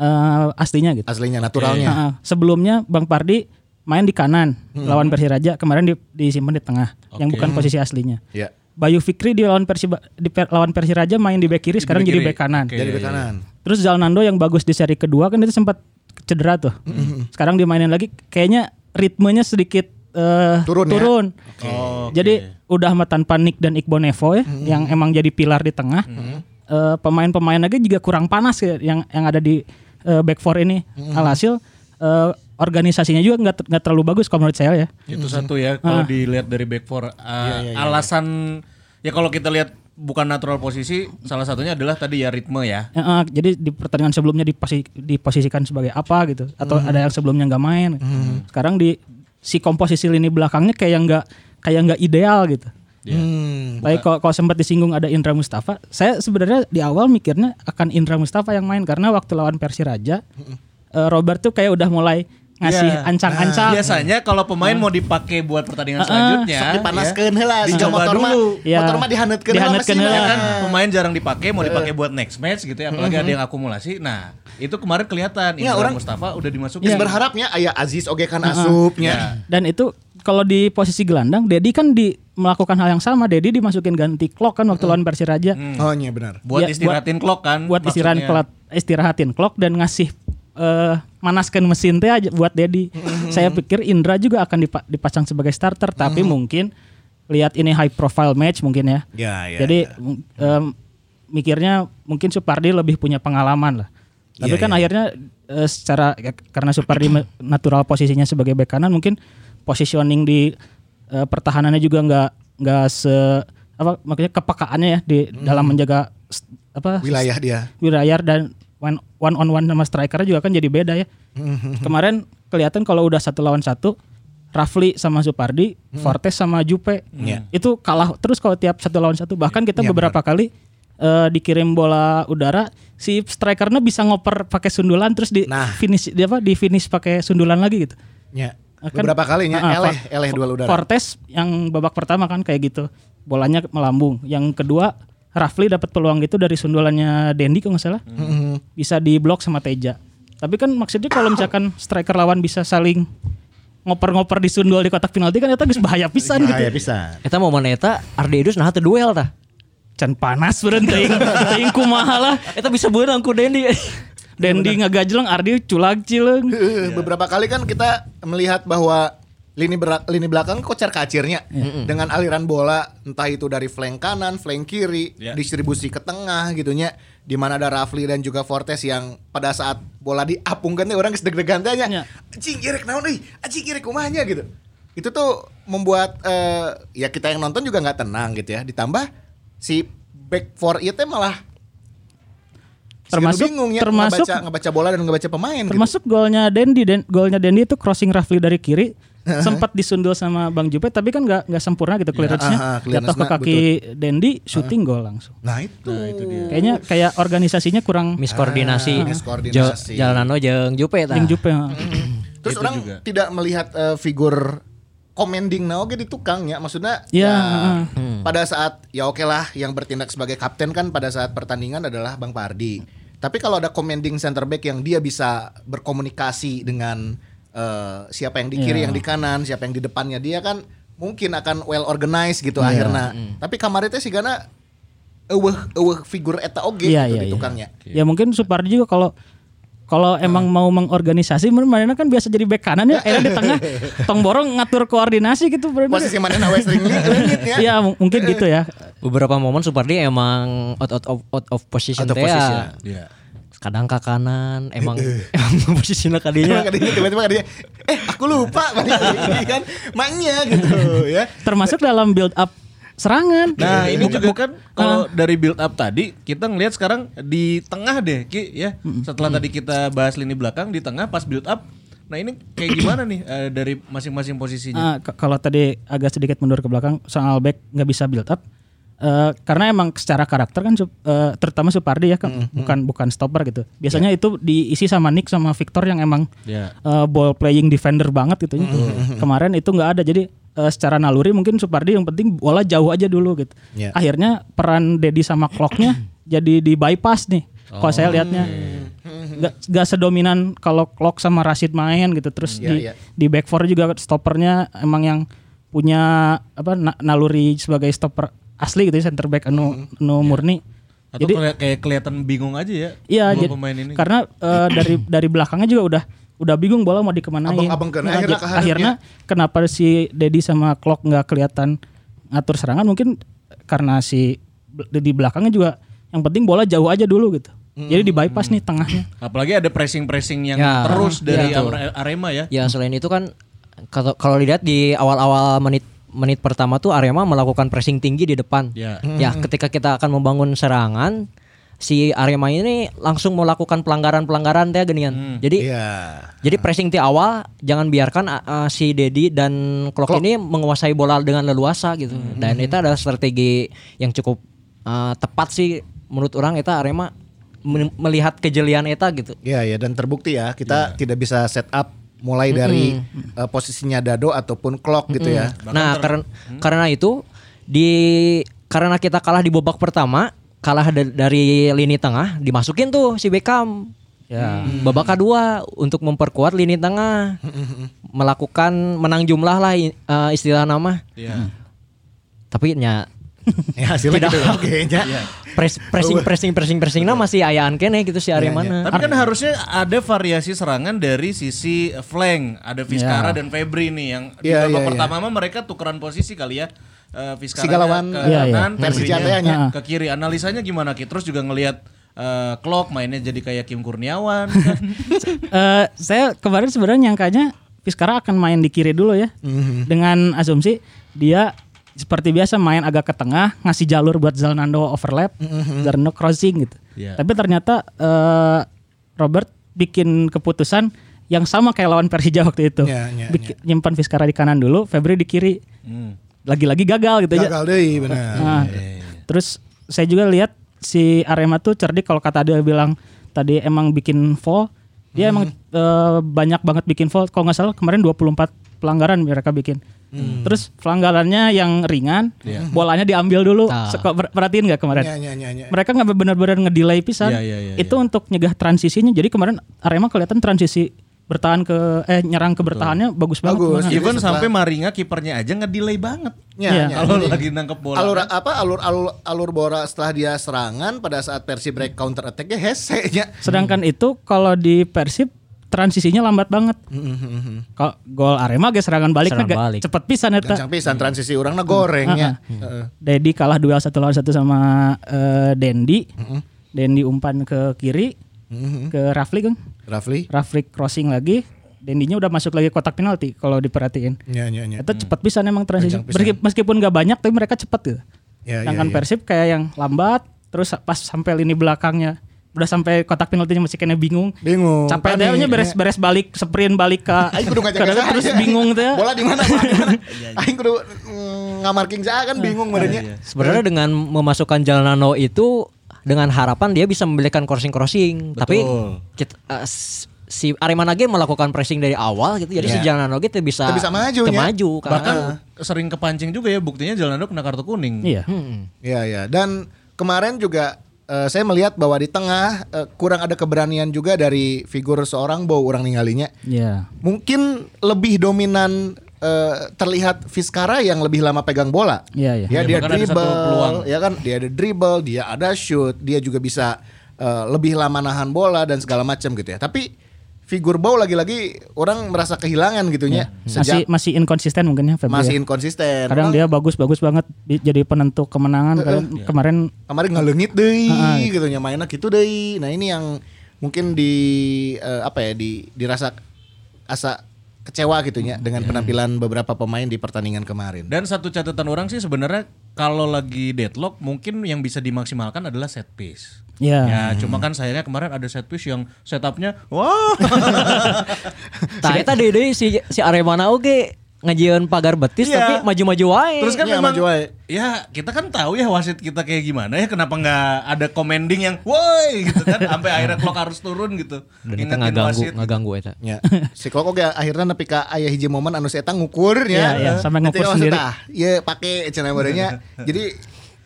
Speaker 4: eh, aslinya gitu.
Speaker 3: aslinya naturalnya
Speaker 4: Heeh. sebelumnya Bang Pardi main di kanan lawan Persiraja kemarin di- disimpan di tengah yang bukan posisi aslinya.
Speaker 2: Iya.
Speaker 3: ya
Speaker 4: Bayu Fikri di lawan Persiba di per- lawan Persiraja main di back kiri sekarang jadi back kanan.
Speaker 2: Iya,
Speaker 3: dari bek kanan
Speaker 4: Terus Zalnando yang bagus di seri kedua kan itu sempat cedera tuh.
Speaker 3: Mm-hmm.
Speaker 4: Sekarang dimainin lagi kayaknya ritmenya sedikit eh,
Speaker 3: Turun ya?
Speaker 4: Jadi udah sama tanpa Nick dan Iqbal Nevo ya
Speaker 3: Mm-hmm.
Speaker 4: yang emang jadi pilar di tengah. Eh, pemain-pemain lagi juga kurang panas ya yang yang ada di eh, back four ini.
Speaker 3: Mm-hmm.
Speaker 4: Alhasil eh, organisasinya juga nggak ter- nggak terlalu bagus kalau menurut saya ya.
Speaker 3: Mhm.
Speaker 2: Itu satu ya kalau
Speaker 3: Ah.
Speaker 2: dilihat dari back
Speaker 3: Iya,
Speaker 2: four uh, alasan ya kalau kita lihat bukan natural posisi salah satunya adalah tadi ya ritme ya.
Speaker 4: Eh, eh, jadi di pertandingan sebelumnya diposi- diposisikan sebagai apa gitu atau
Speaker 2: Hmm.
Speaker 4: ada yang sebelumnya nggak main gitu. sekarang di si komposisi lini belakangnya kayak nggak kayak nggak ideal gitu
Speaker 2: Iya.
Speaker 3: Hmm.
Speaker 4: Tapi kalau kalau sempat disinggung ada Indra Mustafa, saya sebenarnya di awal mikirnya akan Indra Mustafa yang main karena waktu lawan Persiraja, eh, Robert tuh kayak udah mulai ngasih
Speaker 2: Hmm. Iya.
Speaker 4: ancang-ancang.
Speaker 2: Biasanya kalau pemain mau dipanaskan buat pertandingan selanjutnya
Speaker 3: Ah.
Speaker 2: ya,
Speaker 3: Sok dipanaskeun heula si
Speaker 2: Dicoba
Speaker 3: motor mah. Ah.
Speaker 2: dulu.
Speaker 4: Iya.
Speaker 3: Motor mah dihanetkeun heula
Speaker 4: Dihanetkeun
Speaker 3: mesinnya.
Speaker 2: ya
Speaker 4: heula.
Speaker 2: kan pemain jarang dipakai
Speaker 3: Eh.
Speaker 2: mau dipakai buat next match gitu ya apalagi ada yang akumulasi. Nah, itu kemarin kelihatan
Speaker 3: Iya,
Speaker 2: Indra
Speaker 3: Mm-hmm. orang- Ya.
Speaker 2: Mustafa udah dimasukin.
Speaker 3: Geus berharapnya aya Aziz oge kan
Speaker 2: Iya.
Speaker 3: asupnya.
Speaker 4: Dan itu kalau di posisi gelandang, Dedi kan di melakukan hal yang sama. Dedi dimasukin ganti clock kan
Speaker 2: Hmm.
Speaker 4: waktu lawan Persiraja.
Speaker 3: Oh iya benar.
Speaker 2: buat
Speaker 4: Ya,
Speaker 2: istirahatin clock kan.
Speaker 4: buat istirahat
Speaker 2: maksudnya.
Speaker 4: kelat istirahatin clock dan ngasih eh, manaskan mesin teh aja buat Dedi.
Speaker 3: Mm-hmm.
Speaker 4: Saya pikir Indra juga akan dipa- dipasang sebagai starter tapi mungkin lihat ini high profile match mungkin ya.
Speaker 3: Ya, ya,
Speaker 4: Jadi m- em, mikirnya mungkin Supardi lebih punya pengalaman lah. Tapi
Speaker 3: Iya,
Speaker 4: kan
Speaker 3: iya.
Speaker 4: akhirnya eh, secara ya, karena Supardi me- natural posisinya sebagai bek kanan mungkin positioning di eh, pertahanannya juga nggak nggak se apa makanya kepekaannya ya di dalam menjaga st- apa
Speaker 3: Mm-hmm. Wilayah dia.
Speaker 4: Wirayar dan one, one on one sama striker juga kan jadi beda ya. Kemarin kelihatan kalau udah satu lawan satu, Rafli sama Supardi, Fortes sama Jupe, itu kalah terus kalau tiap satu lawan satu. Bahkan kita beberapa kali eh, dikirim bola udara, si strikernya bisa ngoper pakai sundulan terus di
Speaker 3: Nah.
Speaker 4: finish di apa di finish pakai sundulan lagi gitu.
Speaker 3: Ya.
Speaker 4: Kan-
Speaker 3: Beberapa kalinya
Speaker 4: Ah, ah,
Speaker 3: eleh
Speaker 4: For-
Speaker 3: eleh duel udara.
Speaker 4: Fortes yang babak pertama kan kayak gitu. Bolanya melambung. Yang kedua Rafli dapat peluang gitu dari sundulannya Dendi kalau nggak salah.
Speaker 3: Hmm. Mhm.
Speaker 4: Bisa diblok sama Teja. Tapi kan maksudnya kalau misalkan striker lawan bisa saling ngoper-ngoper di sundul di kotak penalti kan itu geus bahaya pisan
Speaker 3: Bahaya
Speaker 4: gitu.
Speaker 3: pisan.
Speaker 5: Eta mau mana eta Ardi Idrus nah teu duel tah.
Speaker 4: Can panas beureun teuing teuing kumaha lah.
Speaker 5: Eta bisa beunang ku Dendi.
Speaker 4: Dendi ngagajleng Ardi culag cileng.
Speaker 3: Eh, Beberapa kali kan kita melihat bahwa lini berak- lini belakang kocar kacirnya
Speaker 4: Iya.
Speaker 3: dengan aliran bola entah itu dari flank kanan, flank kiri,
Speaker 2: Ya.
Speaker 3: distribusi ke tengah gitu nya. Di mana ada Rafli dan juga Fortes yang pada saat bola diapungkan teh orang geus deg-degan teh
Speaker 4: Ya.
Speaker 3: nya. Anjing irek naon euy? Anjing irek kumahnya gitu. Itu tuh membuat eh, ya kita yang nonton juga nggak tenang gitu ya. Ditambah si back four itu malah
Speaker 4: Termasuk-
Speaker 3: segitu bingung ya
Speaker 4: termasuk-
Speaker 3: ngebaca, ngebaca bola dan ngebaca pemain gitu.
Speaker 4: Termasuk golnya Dendi, Den, golnya Dendi itu crossing Rafli dari kiri, sempat disundul sama Bang Jupe, tapi kan nggak nggak sempurna gitu clearance-nya,
Speaker 3: ah, ah, clearance-nya,
Speaker 4: jatuh ke kaki Dendi, syuting gol langsung.
Speaker 3: Nah itu.
Speaker 4: Kayaknya kayak organisasinya kurang
Speaker 3: Ah,
Speaker 5: Miskoordinasi.
Speaker 3: miskoordinasi.
Speaker 5: Jo- Jalanano jeung Jupe tah.
Speaker 4: Bang Jupe. heeh.
Speaker 3: Terus
Speaker 2: Itu
Speaker 3: orang
Speaker 2: juga.
Speaker 3: tidak melihat eh, figur commanding nah oke di tukang ya maksudnya ya,
Speaker 4: Iya, heeh.
Speaker 3: eh, pada saat ya oke lah yang bertindak sebagai kapten kan pada saat pertandingan adalah Bang Pardi. Tapi kalau ada commanding center back yang dia bisa berkomunikasi dengan eh, siapa yang di kiri, yang di kanan, siapa yang di depannya dia kan mungkin akan well organized gitu akhirnya. Tapi kamarnya teh sih karena eueuh eueuh figur eta oge
Speaker 4: Iya,
Speaker 3: gitu
Speaker 4: iya,
Speaker 3: di
Speaker 4: iya.
Speaker 3: tukangnya.
Speaker 4: Ya mungkin Supardi juga kalau kalau emang mau mengorganisasi, mana kan biasa jadi bek kanan ya, akhirnya di tengah tong borong ngatur koordinasi gitu. Maren.
Speaker 3: Posisi mana nah, West Ring leungit ya.
Speaker 4: Iya mu- mungkin gitu ya.
Speaker 5: Beberapa momen Supardi emang out out of out of position
Speaker 3: Out of
Speaker 5: teh ya.
Speaker 3: position.
Speaker 2: Iya.
Speaker 5: Kadang ke kanan, emang emang posisinya
Speaker 3: Emang
Speaker 2: Iya.
Speaker 5: kadinya.
Speaker 3: kadangnya tiba-tiba kadangnya eh aku lupa balik lagi kan mangnya gitu ya.
Speaker 4: Termasuk dalam build up serangan.
Speaker 2: Nah
Speaker 4: iya.
Speaker 2: ini juga kan kalau
Speaker 4: Nah.
Speaker 2: dari build up tadi kita ngelihat sekarang di tengah deh Ki ya setelah tadi kita bahas lini belakang di tengah pas build up nah ini kayak gimana nih eh, dari masing-masing posisinya
Speaker 4: Ah, k- kalau tadi agak sedikit mundur ke belakang, soal back nggak bisa build up. Eh, karena emang secara karakter kan Sup- eh, terutama Supardi ya kan bukan bukan stopper gitu. Biasanya itu diisi sama Nick sama Victor yang emang
Speaker 2: Ya.
Speaker 4: eh, ball playing defender banget gitu. Kemarin itu nggak ada jadi eh, secara naluri mungkin Supardi yang penting bola jauh aja dulu gitu.
Speaker 3: Ya.
Speaker 4: Akhirnya peran Dedi sama Kloknya jadi di bypass nih.
Speaker 3: Oh.
Speaker 4: Kalau saya lihatnya nggak nggak sedominan kalau Klok sama Rashid main gitu terus
Speaker 3: Iya,
Speaker 4: di
Speaker 3: iya.
Speaker 4: di back four juga stoppernya emang yang punya apa na- naluri sebagai stopper asli gitu ya center back anu
Speaker 3: Mm-hmm. Iya.
Speaker 4: anu murni.
Speaker 2: atau
Speaker 4: jadi-
Speaker 2: keli- kayak kelihatan bingung aja ya
Speaker 4: Iya,
Speaker 2: dua
Speaker 4: jadi
Speaker 2: pemain ini
Speaker 4: karena eh, dari dari belakangnya juga udah udah bingung bola mau dikemanain.
Speaker 3: Abang-abang kena,
Speaker 4: Nah,
Speaker 3: akhirnya
Speaker 4: jadi-
Speaker 3: keharapnya.
Speaker 4: akhirnya kenapa si Dedi sama Klok nggak kelihatan ngatur serangan mungkin karena si bel- di belakangnya juga yang penting bola jauh aja dulu gitu. Jadi di
Speaker 3: Mm-hmm.
Speaker 4: bypass nih tengahnya.
Speaker 2: apalagi ada pressing pressing yang
Speaker 5: Ya.
Speaker 4: iya,
Speaker 2: terus dari
Speaker 5: Ya, tuh.
Speaker 2: Are- Arema ya
Speaker 5: Ya selain itu kan kalau kalau dilihat di awal-awal menit menit pertama tuh Arema melakukan pressing tinggi di depan.
Speaker 2: Ya.
Speaker 5: Ya, ketika kita akan membangun serangan si Arema ini langsung melakukan pelanggaran-pelanggaran teh genian. Jadi
Speaker 3: Iya.
Speaker 5: Jadi pressing di awal jangan biarkan uh, si Dedi dan Klok ini menguasai bola dengan leluasa gitu. Dan itu adalah strategi yang cukup uh, tepat sih menurut orang itu Arema men- melihat kejelian eta gitu.
Speaker 3: Iya ya dan terbukti ya
Speaker 2: Iya.
Speaker 3: kita tidak bisa set up mulai dari eh, posisinya Dado ataupun Clock gitu ya.
Speaker 5: nah, karena karena itu di karena kita kalah di babak pertama, kalah da- dari lini tengah, dimasukin tuh si Beckham. Ya. Babak kedua untuk memperkuat lini tengah, melakukan menang jumlah lah i- eh, istilah nama.
Speaker 2: Iya.
Speaker 5: Tapi nya
Speaker 3: Ya hasilnya gitu ya, kayaknya.
Speaker 5: press, pressing pressing pressing pressing nah masih ayaan kene gitu si Arema. na.
Speaker 2: Tapi kan harusnya ada variasi serangan dari sisi eh, flank. Ada Vizcara
Speaker 4: Ya.
Speaker 2: dan Febri nih yang di
Speaker 3: Iya,
Speaker 2: babak
Speaker 3: iya,
Speaker 2: pertama mah mereka tukeran posisi kali ya. Eh, Vizcaranya
Speaker 3: Sigalawan.
Speaker 2: ke
Speaker 4: Iya, Ah. iya.
Speaker 2: kanan,
Speaker 3: Versi
Speaker 2: Febrinya
Speaker 3: jatanya.
Speaker 2: ke kiri. Analisanya gimana Ki? Terus juga ngelihat eh, Klok mainnya jadi kayak Kim Kurniawan. kan.
Speaker 4: Eh, saya kemarin sebenarnya nyangkanya Fiskara akan main di kiri dulu ya.
Speaker 3: Mhm.
Speaker 4: Dengan asumsi dia seperti biasa main agak ke tengah, ngasih jalur buat Zalnando overlap,
Speaker 3: Mhm.
Speaker 4: Zalnando crossing gitu.
Speaker 2: Iya.
Speaker 4: Tapi ternyata eh, Robert bikin keputusan yang sama kayak lawan Persija waktu itu.
Speaker 3: Iya, iya,
Speaker 4: Bik- Nyimpan Fiskara di kanan dulu, Febri di kiri. Lagi-lagi gagal gitu ya.
Speaker 3: Gagal deh benar.
Speaker 4: Nah,
Speaker 2: iya,
Speaker 4: terus saya juga lihat si Arema tuh cerdik kalau kata dia bilang tadi emang bikin foul. Dia
Speaker 2: Hmm.
Speaker 4: emang eh, banyak banget bikin foul. Kalau nggak salah kemarin 24 pelanggaran mereka bikin.
Speaker 2: Hmm.
Speaker 4: Terus pelanggarannya yang ringan,
Speaker 2: Iya.
Speaker 4: bolanya diambil dulu. Seko- per- Perhatiin nggak kemarin?
Speaker 3: Ya, ya, ya, ya.
Speaker 4: Mereka nggak benar-benar ngedelay pisan.
Speaker 2: Iya, iya, iya,
Speaker 4: itu untuk nyegah transisinya. Jadi kemarin Arema kelihatan transisi bertahan ke eh nyerang ke bertahannya bagus banget. Nah,
Speaker 3: Bagus.
Speaker 4: kemarin.
Speaker 3: Jadi
Speaker 2: Even
Speaker 3: setelah-
Speaker 2: sampai Maringa kipernya aja ngedelay banget.
Speaker 3: Ya,
Speaker 4: Iya.
Speaker 3: ya.
Speaker 2: Kalau
Speaker 3: Jadi,
Speaker 2: lagi nangkep bola.
Speaker 3: alur
Speaker 2: kan.
Speaker 3: apa alur alur alur bola setelah dia serangan pada saat Persi break counter attack ya hese nya.
Speaker 4: Sedangkan itu kalau di Persib transisinya lambat banget.
Speaker 2: Hmm. Mm-hmm.
Speaker 3: Mm-hmm.
Speaker 4: Kalau gol Arema ge serangan balik
Speaker 5: Serangan
Speaker 4: agak
Speaker 5: balik.
Speaker 4: cepet pisan eta.
Speaker 3: Gancang pisan transisi orangnya gorengnya.
Speaker 2: Mm-hmm.
Speaker 3: Heeh.
Speaker 4: Dedi kalah duel satu lawan satu sama eh, Dendi.
Speaker 3: Mm-hmm.
Speaker 4: Dendi umpan ke kiri ke Rafli kan.
Speaker 3: Rafli.
Speaker 4: Rafli crossing lagi. Dendinya udah masuk lagi kotak penalti kalau diperhatiin.
Speaker 3: Ya ya ya.
Speaker 4: Itu cepet pisan emang transisi.
Speaker 3: Kencang pisan.
Speaker 4: Meski- Meskipun gak banyak tapi mereka cepet gitu.
Speaker 3: Ya, ya,
Speaker 4: Sedangkan
Speaker 3: ya.
Speaker 4: Persib kayak yang lambat terus pas sampai lini belakangnya udah sampai kotak penaltinya masih kena bingung.
Speaker 3: Bingung. Kan
Speaker 4: capek
Speaker 3: panik.
Speaker 4: dehnya beres-beres balik sprint balik ke
Speaker 3: Aing kudu ngajak
Speaker 4: ke dalam, terus bingung ya. teh Iya,
Speaker 3: Bola di mana? bola di mana? Aing kudu mm, ngamarking saya kan bingung
Speaker 4: iya.
Speaker 3: merenya.
Speaker 5: Sebenarnya dengan memasukkan Jalnano itu dengan harapan dia bisa membelikan crossing crossing. Tapi kita, eh, s- si Arema Nage melakukan pressing dari awal gitu. Jadi
Speaker 3: Iya.
Speaker 5: si Jalano gitu bisa kan.
Speaker 3: Teu bisa maju
Speaker 5: teu
Speaker 3: nya.
Speaker 5: maju, karena-
Speaker 2: Bahkan
Speaker 3: Ah.
Speaker 2: sering kepancing juga ya buktinya Jalando kena kartu kuning.
Speaker 4: Iya.
Speaker 5: Hmm.
Speaker 3: Iya ya. Dan kemarin juga eh, saya melihat bahwa di tengah eh, kurang ada keberanian juga dari figur seorang Bow orang ninggalinya.
Speaker 4: Iya.
Speaker 3: Mungkin lebih dominan eh, terlihat Fiskara yang lebih lama pegang bola.
Speaker 4: Iya, iya.
Speaker 3: Ya,
Speaker 2: Ya,
Speaker 3: dia
Speaker 2: bahkan ada satu peluang.
Speaker 3: dribble, ya kan dia ada dribble, dia ada shoot, dia juga bisa eh, lebih lama nahan bola dan segala macam gitu ya. Tapi figur Bow lagi-lagi orang merasa kehilangan gitunya
Speaker 4: Masih
Speaker 3: sejak
Speaker 4: Iya. masih inkonsisten mungkin ya Febri.
Speaker 3: masih
Speaker 4: ya.
Speaker 3: inkonsisten.
Speaker 4: Kadang
Speaker 3: Orang
Speaker 4: dia bagus-bagus banget di- jadi penentu kemenangan kadang kemarin
Speaker 3: kemarin ngaleungit deui
Speaker 4: Ah, iya.
Speaker 3: gitu nya mainnya gitu deui. Nah, ini yang mungkin di eh, apa ya di dirasa asa kecewa gitu ya dengan
Speaker 4: Iya.
Speaker 3: penampilan beberapa pemain di pertandingan kemarin.
Speaker 2: Dan satu catatan orang sih sebenarnya kalau lagi deadlock mungkin yang bisa dimaksimalkan adalah set piece.
Speaker 4: Iya.
Speaker 2: Ya, cuma kan sayangnya kemarin ada set piece yang setupnya wah.
Speaker 5: Tah Nah, eta deui deui si si Arema na oge ngajieun pagar betis
Speaker 2: Iya.
Speaker 5: tapi maju-maju wae.
Speaker 2: Terus kan
Speaker 3: Iya,
Speaker 2: memang
Speaker 3: maju wae.
Speaker 2: ya kita kan tahu ya wasit kita kayak gimana ya kenapa nggak ada commanding yang woi gitu kan sampai akhirnya clock harus turun gitu.
Speaker 5: dan eta
Speaker 2: Ingetin
Speaker 5: ngaganggu
Speaker 2: wasit.
Speaker 5: ngaganggu eta.
Speaker 3: Ya, si Koko ge akhirnya nepi ka aya hiji momen anu si eta ngukur ya.
Speaker 4: Iya, iya, sampai
Speaker 3: Nanti
Speaker 4: ngukur
Speaker 3: maksud
Speaker 4: sendiri.
Speaker 3: tah, Iya, pake cenah badannya. Jadi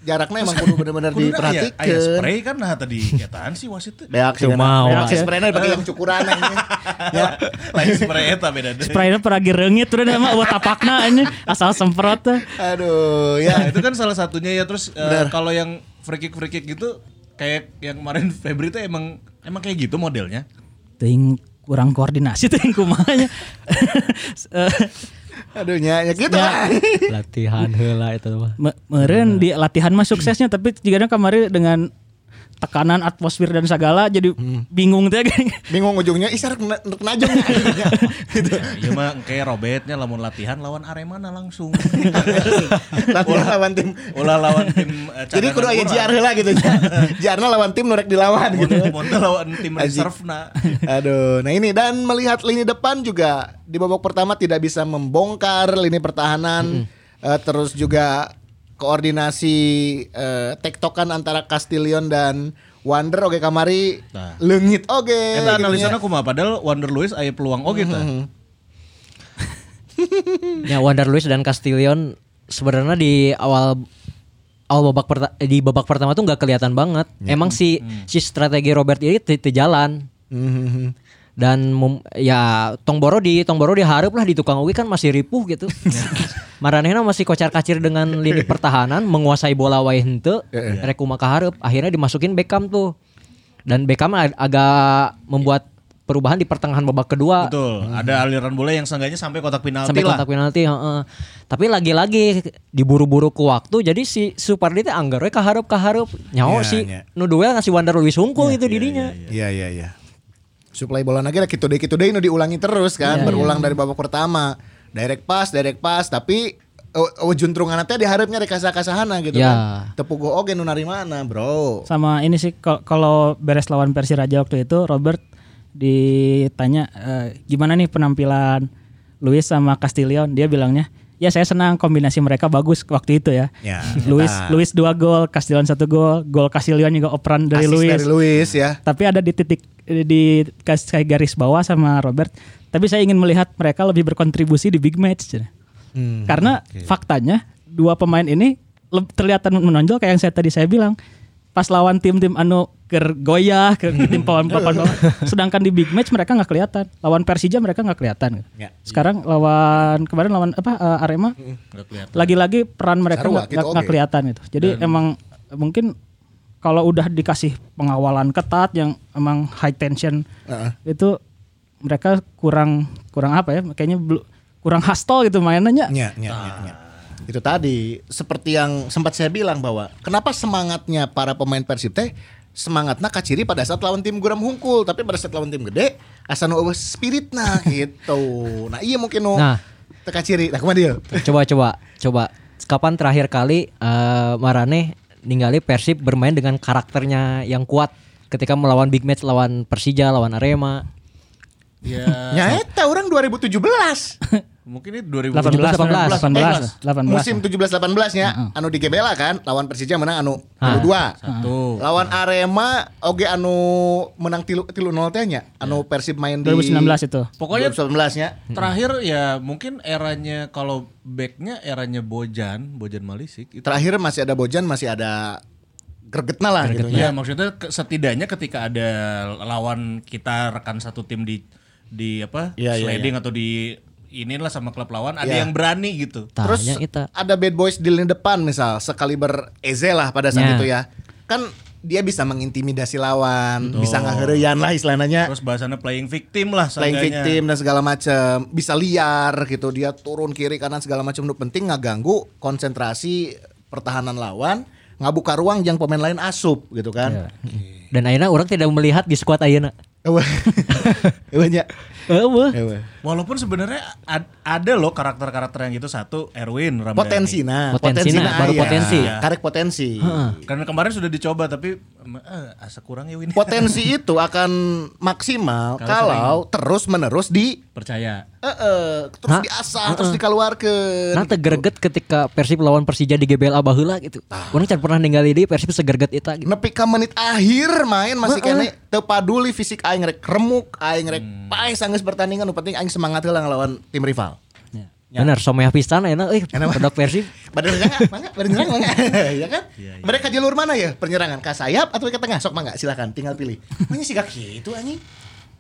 Speaker 3: jaraknya emang kudu bener-bener
Speaker 2: Kuduna aya- aya
Speaker 3: diperhatikan.
Speaker 2: ya, iya. spray kan nah tadi ketaan sih wasit teh.
Speaker 3: Beak sih
Speaker 5: Cuma,
Speaker 3: Beak
Speaker 4: wah.
Speaker 3: sih spraynya pakai yang cukuran anjing. Ya,
Speaker 2: Lain spray eta beda deh.
Speaker 4: Spraynya peragi reungit udah dia mah buat tapakna ini asal semprot teh.
Speaker 2: Nah,
Speaker 3: aduh ya.
Speaker 2: itu kan salah satunya ya terus eh, kalau yang free kick free kick gitu kayak yang kemarin Febri tuh emang emang kayak gitu modelnya.
Speaker 4: Teuing kurang koordinasi teuing kumahanya. Eh,
Speaker 3: Aduh nya, ya gitu lah.
Speaker 5: Latihan heula eta mah.
Speaker 4: me- Meureun
Speaker 3: Iya.
Speaker 4: di latihan mah suksesnya tapi jika kemarin dengan tekanan atmosfer dan segala jadi
Speaker 3: Hmm.
Speaker 4: bingung ya, teh geng.
Speaker 3: Bingung ujungnya, isar najong.
Speaker 2: Gitu. Ya, mah kayak robetnya lamun latihan lawan Aremana langsung.
Speaker 3: Latihan lawan tim.
Speaker 2: Ulah lawan tim eh, cadangan
Speaker 3: Jadi kudu aya
Speaker 2: urang.
Speaker 3: JR heula gitu. nya. JR-na lawan tim norek dilawan gitu.
Speaker 2: Mun- mun teu lawan tim Eh,
Speaker 3: Anjing. Iya, gitu
Speaker 2: reserve na.
Speaker 3: Aduh, nah ini dan melihat lini depan juga di babak pertama tidak bisa membongkar lini pertahanan, Eh, terus juga koordinasi eh, tektokan antara Castillion dan Wander oke kamari
Speaker 2: Nah. Eh,
Speaker 3: leungit oke. gitu.
Speaker 2: Eta analisana
Speaker 3: gitunya.
Speaker 2: kumaha padahal Wander Luis aya peluang oge tah.
Speaker 3: Mm-hmm.
Speaker 5: Ya Wander Luis dan Castillion sebenarnya di awal awal babak perta- di babak pertama tuh nggak kelihatan banget. Emang si si strategi Robert ini teu teu jalan
Speaker 3: Mhm.
Speaker 5: dan mem- ya Tongboro di Tongboro di hareup lah di tukang ugi kan masih ripuh gitu. Maranehna masih kocar-kacir dengan lini pertahanan, menguasai bola wae henteu, rek kumaha kahareup. Akhirnya dimasukin Beckham tuh. Dan Beckham ag- agak membuat perubahan di pertengahan babak kedua
Speaker 2: Betul,
Speaker 3: Mm-hmm.
Speaker 2: ada aliran bola yang seenggaknya sampai kotak penalti
Speaker 5: sampai
Speaker 2: lah.
Speaker 5: kontak penalti heeh. tapi lagi-lagi diburu-buru ke waktu jadi si Supardi teh anggar we kahareup kahareup
Speaker 3: Iya,
Speaker 5: nyaho si
Speaker 3: iya.
Speaker 5: nu duel ngasih Wander Luis hungkul gitu itu dirinya
Speaker 3: Iya iya iya. Supply bola lagi Gitu kitu deui kitu deui nu diulangi terus kan, berulang dari babak pertama. Direct pass, direct pass, tapi oh, ujung trungan teh diharapnya rekasa kasahana gitu
Speaker 5: Ya.
Speaker 3: kan. Tepuguh oge nu narimana, bro.
Speaker 4: sama ini sih kal- kalau beres lawan Persiraja waktu itu Robert ditanya eh, gimana nih penampilan Luis sama Castillion dia bilangnya ya saya senang kombinasi mereka bagus waktu itu ya
Speaker 3: Ya,
Speaker 4: Luis
Speaker 3: eta.
Speaker 4: Luis dua gol Castillion satu gol gol Castillion juga operan
Speaker 3: Assist
Speaker 4: dari Luis
Speaker 3: dari Luis ya.
Speaker 4: tapi ada di titik di kas- kayak garis bawah sama Robert tapi saya ingin melihat mereka lebih berkontribusi di big match
Speaker 3: Hmm,
Speaker 4: karena faktanya dua pemain ini leb- terlihatan menonjol kayak yang saya tadi saya bilang pas lawan tim-tim anu kergoyah ke ke tim papan papan bawah sedangkan di big match mereka nggak kelihatan lawan Persija mereka nggak kelihatan
Speaker 3: Ya.
Speaker 4: sekarang lawan kemarin lawan apa eh, Arema
Speaker 2: Nggak kelihatan.
Speaker 4: lagi-lagi peran mereka
Speaker 3: Sarua,
Speaker 4: nggak
Speaker 3: gitu,
Speaker 4: nggak- nggak
Speaker 3: oke.
Speaker 4: kelihatan gitu. Jadi emang mungkin kalau udah dikasih pengawalan ketat yang emang high tension
Speaker 3: Heeh.
Speaker 4: itu mereka kurang kurang apa ya? Kayaknya belu- kurang hastol gitu mainannya.
Speaker 3: Nya, nya, nya, nya. iya, Itu tadi seperti yang sempat saya bilang bahwa kenapa semangatnya para pemain Persib teh semangatnya kaciri pada saat lawan tim guram hungkul tapi pada saat lawan tim gede asa nu eueuh spiritna gitu. Nah, iya mungkin nu
Speaker 5: Nah.
Speaker 3: teu kaciri. Nah, kumaha dia?
Speaker 5: coba coba coba kapan terakhir kali eh, Marane ninggali Persib bermain dengan karakternya yang kuat ketika melawan big match lawan Persija lawan Arema
Speaker 2: Ya,
Speaker 3: Ya eta orang 2017.
Speaker 2: mungkin ini 2018
Speaker 4: 18
Speaker 3: Eh,
Speaker 4: 18 18. 18.
Speaker 3: Musim 17-18-nya anu di Gebela kan lawan Persija menang anu 2
Speaker 2: Satu.
Speaker 3: Lawan Arema oge anu menang tilu tilu nol teh nya. Anu Persib main di
Speaker 4: 2019 itu.
Speaker 2: Ya. Pokoknya
Speaker 3: 2019 nya.
Speaker 2: terakhir ya mungkin eranya kalau backnya eranya Bojan, Bojan Malisik itu.
Speaker 3: Terakhir masih ada Bojan, masih ada gregetna lah gitu
Speaker 2: Ya
Speaker 3: ya.
Speaker 2: maksudnya ke- setidaknya ketika ada lawan kita rekan satu tim di di apa
Speaker 3: Iya, iya,
Speaker 2: sliding atau di inilah sama klub lawan ada
Speaker 3: Iya.
Speaker 2: yang berani gitu.
Speaker 3: Terus
Speaker 5: Tanya kita.
Speaker 3: ada bad boys di lini depan misal sekaliber Eze lah pada saat
Speaker 5: Ya.
Speaker 3: itu ya. Kan dia bisa mengintimidasi lawan, bisa ngahereyan lah istilahnya.
Speaker 2: Terus bahasannya playing victim lah
Speaker 3: Playing
Speaker 2: seenggaknya.
Speaker 3: victim dan segala macam, bisa liar gitu dia turun kiri kanan segala macam. Nu penting nggak ganggu konsentrasi pertahanan lawan, nggak buka ruang yang pemain lain asup gitu
Speaker 5: Iya.
Speaker 3: kan.
Speaker 5: Dan akhirnya orang tidak melihat di skuad ayeuna.
Speaker 3: Eueuh. Eueuh nya.
Speaker 5: Eueuh.
Speaker 3: Eueuh.
Speaker 2: Walaupun sebenarnya ad- ada loh karakter-karakter yang itu satu Erwin Ramdhani.
Speaker 3: Potensi nah,
Speaker 5: Potensi nah, baru
Speaker 3: aya.
Speaker 5: potensi.
Speaker 3: Karek potensi.
Speaker 2: Karena kemarin sudah dicoba tapi em, eh, asa kurang ya Win.
Speaker 3: potensi itu akan maksimal
Speaker 2: Kalau
Speaker 3: kalau terus menerus di
Speaker 2: Percaya.
Speaker 3: eh, eh, terus
Speaker 5: Hah?
Speaker 3: diasah terus dikeluarkan
Speaker 5: Nah tegerget ketika Persib lawan Persija di GBLA baheula gitu.
Speaker 3: Ah.
Speaker 5: Orang can pernah ningali di Persib segerget eta gitu.
Speaker 3: nepi ka menit akhir main masih kene teu paduli fisik aing rek remuk aing rek paes geus pertandingan nu penting aing semangat heula ngelawan tim rival
Speaker 5: Ya. Benar, somea pisan ayeuna euy eh, produk Persib.
Speaker 3: Badan nyerang mangga, badan nyerang mangga. ya kan? Mereka jalur mana ya penyerangan? Ke sayap atau ke tengah? Sok mangga silakan tinggal pilih. Mana sih gak gitu anjing?